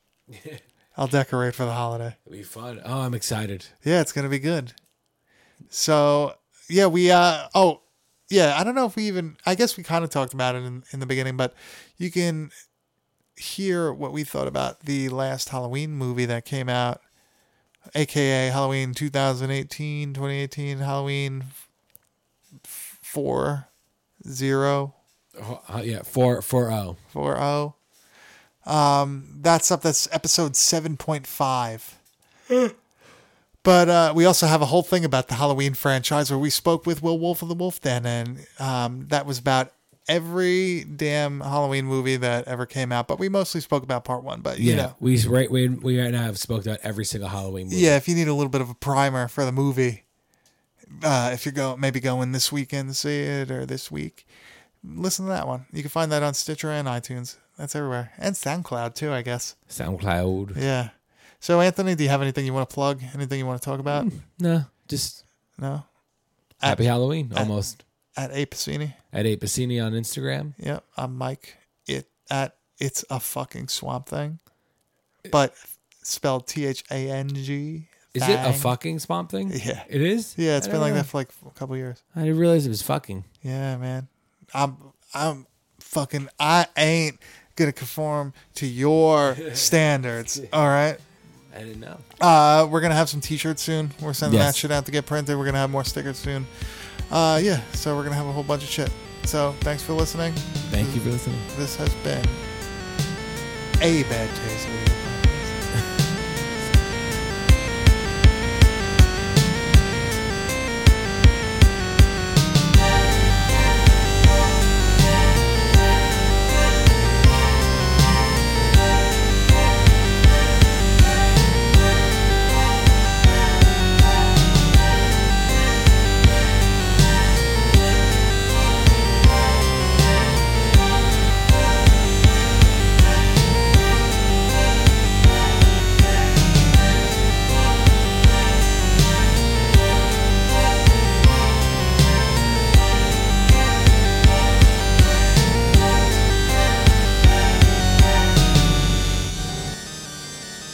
I'll decorate for the holiday.
It'll be fun. Oh, I'm excited.
Yeah, it's gonna be good. So yeah, we uh oh yeah, I don't know if we even I guess we kind of talked about it in, in the beginning, but you can hear what we thought about the last Halloween movie that came out, aka Halloween 2018, 2018, Halloween f- f- four zero
Oh, uh, yeah, four four oh.
four oh. Um, that's up. That's episode seven point five. But uh, we also have a whole thing about the Halloween franchise where we spoke with Will Wolf of the Wolf Den, and um, that was about every damn Halloween movie that ever came out. But we mostly spoke about part one. But
Yeah,
you know,
we right we we right now have spoken about every single Halloween movie.
yeah, if you need a little bit of a primer for the movie, uh, if you're going maybe going this weekend to see it or this week, listen to that one. You can find that on Stitcher and iTunes. That's everywhere and SoundCloud too, I guess.
SoundCloud.
Yeah. So Anthony, do you have anything you want to plug?
Hmm.
Anything you want to talk about?
No, just
No.
happy Halloween. Almost.
at A Pacini.
at A Pacini on Instagram.
Yeah, I'm Mike. It at it's a fucking swamp thing, but spelled T H A N G.
Is it a fucking swamp thing?
Yeah.
It is?
Yeah, it's
I
been
don't
like
know.
that for like a couple years.
I didn't realize it was fucking.
Yeah, man. I'm I'm fucking I ain't gonna conform to your standards. All right.
I didn't know.
Uh, we're gonna have some T-shirts soon. We're sending
Yes.
that shit out to get printed. We're gonna have more stickers soon. Uh, yeah. So we're gonna have a whole bunch of shit. So thanks for listening.
Thank you for listening.
This has been a bad taste. Media Podcast.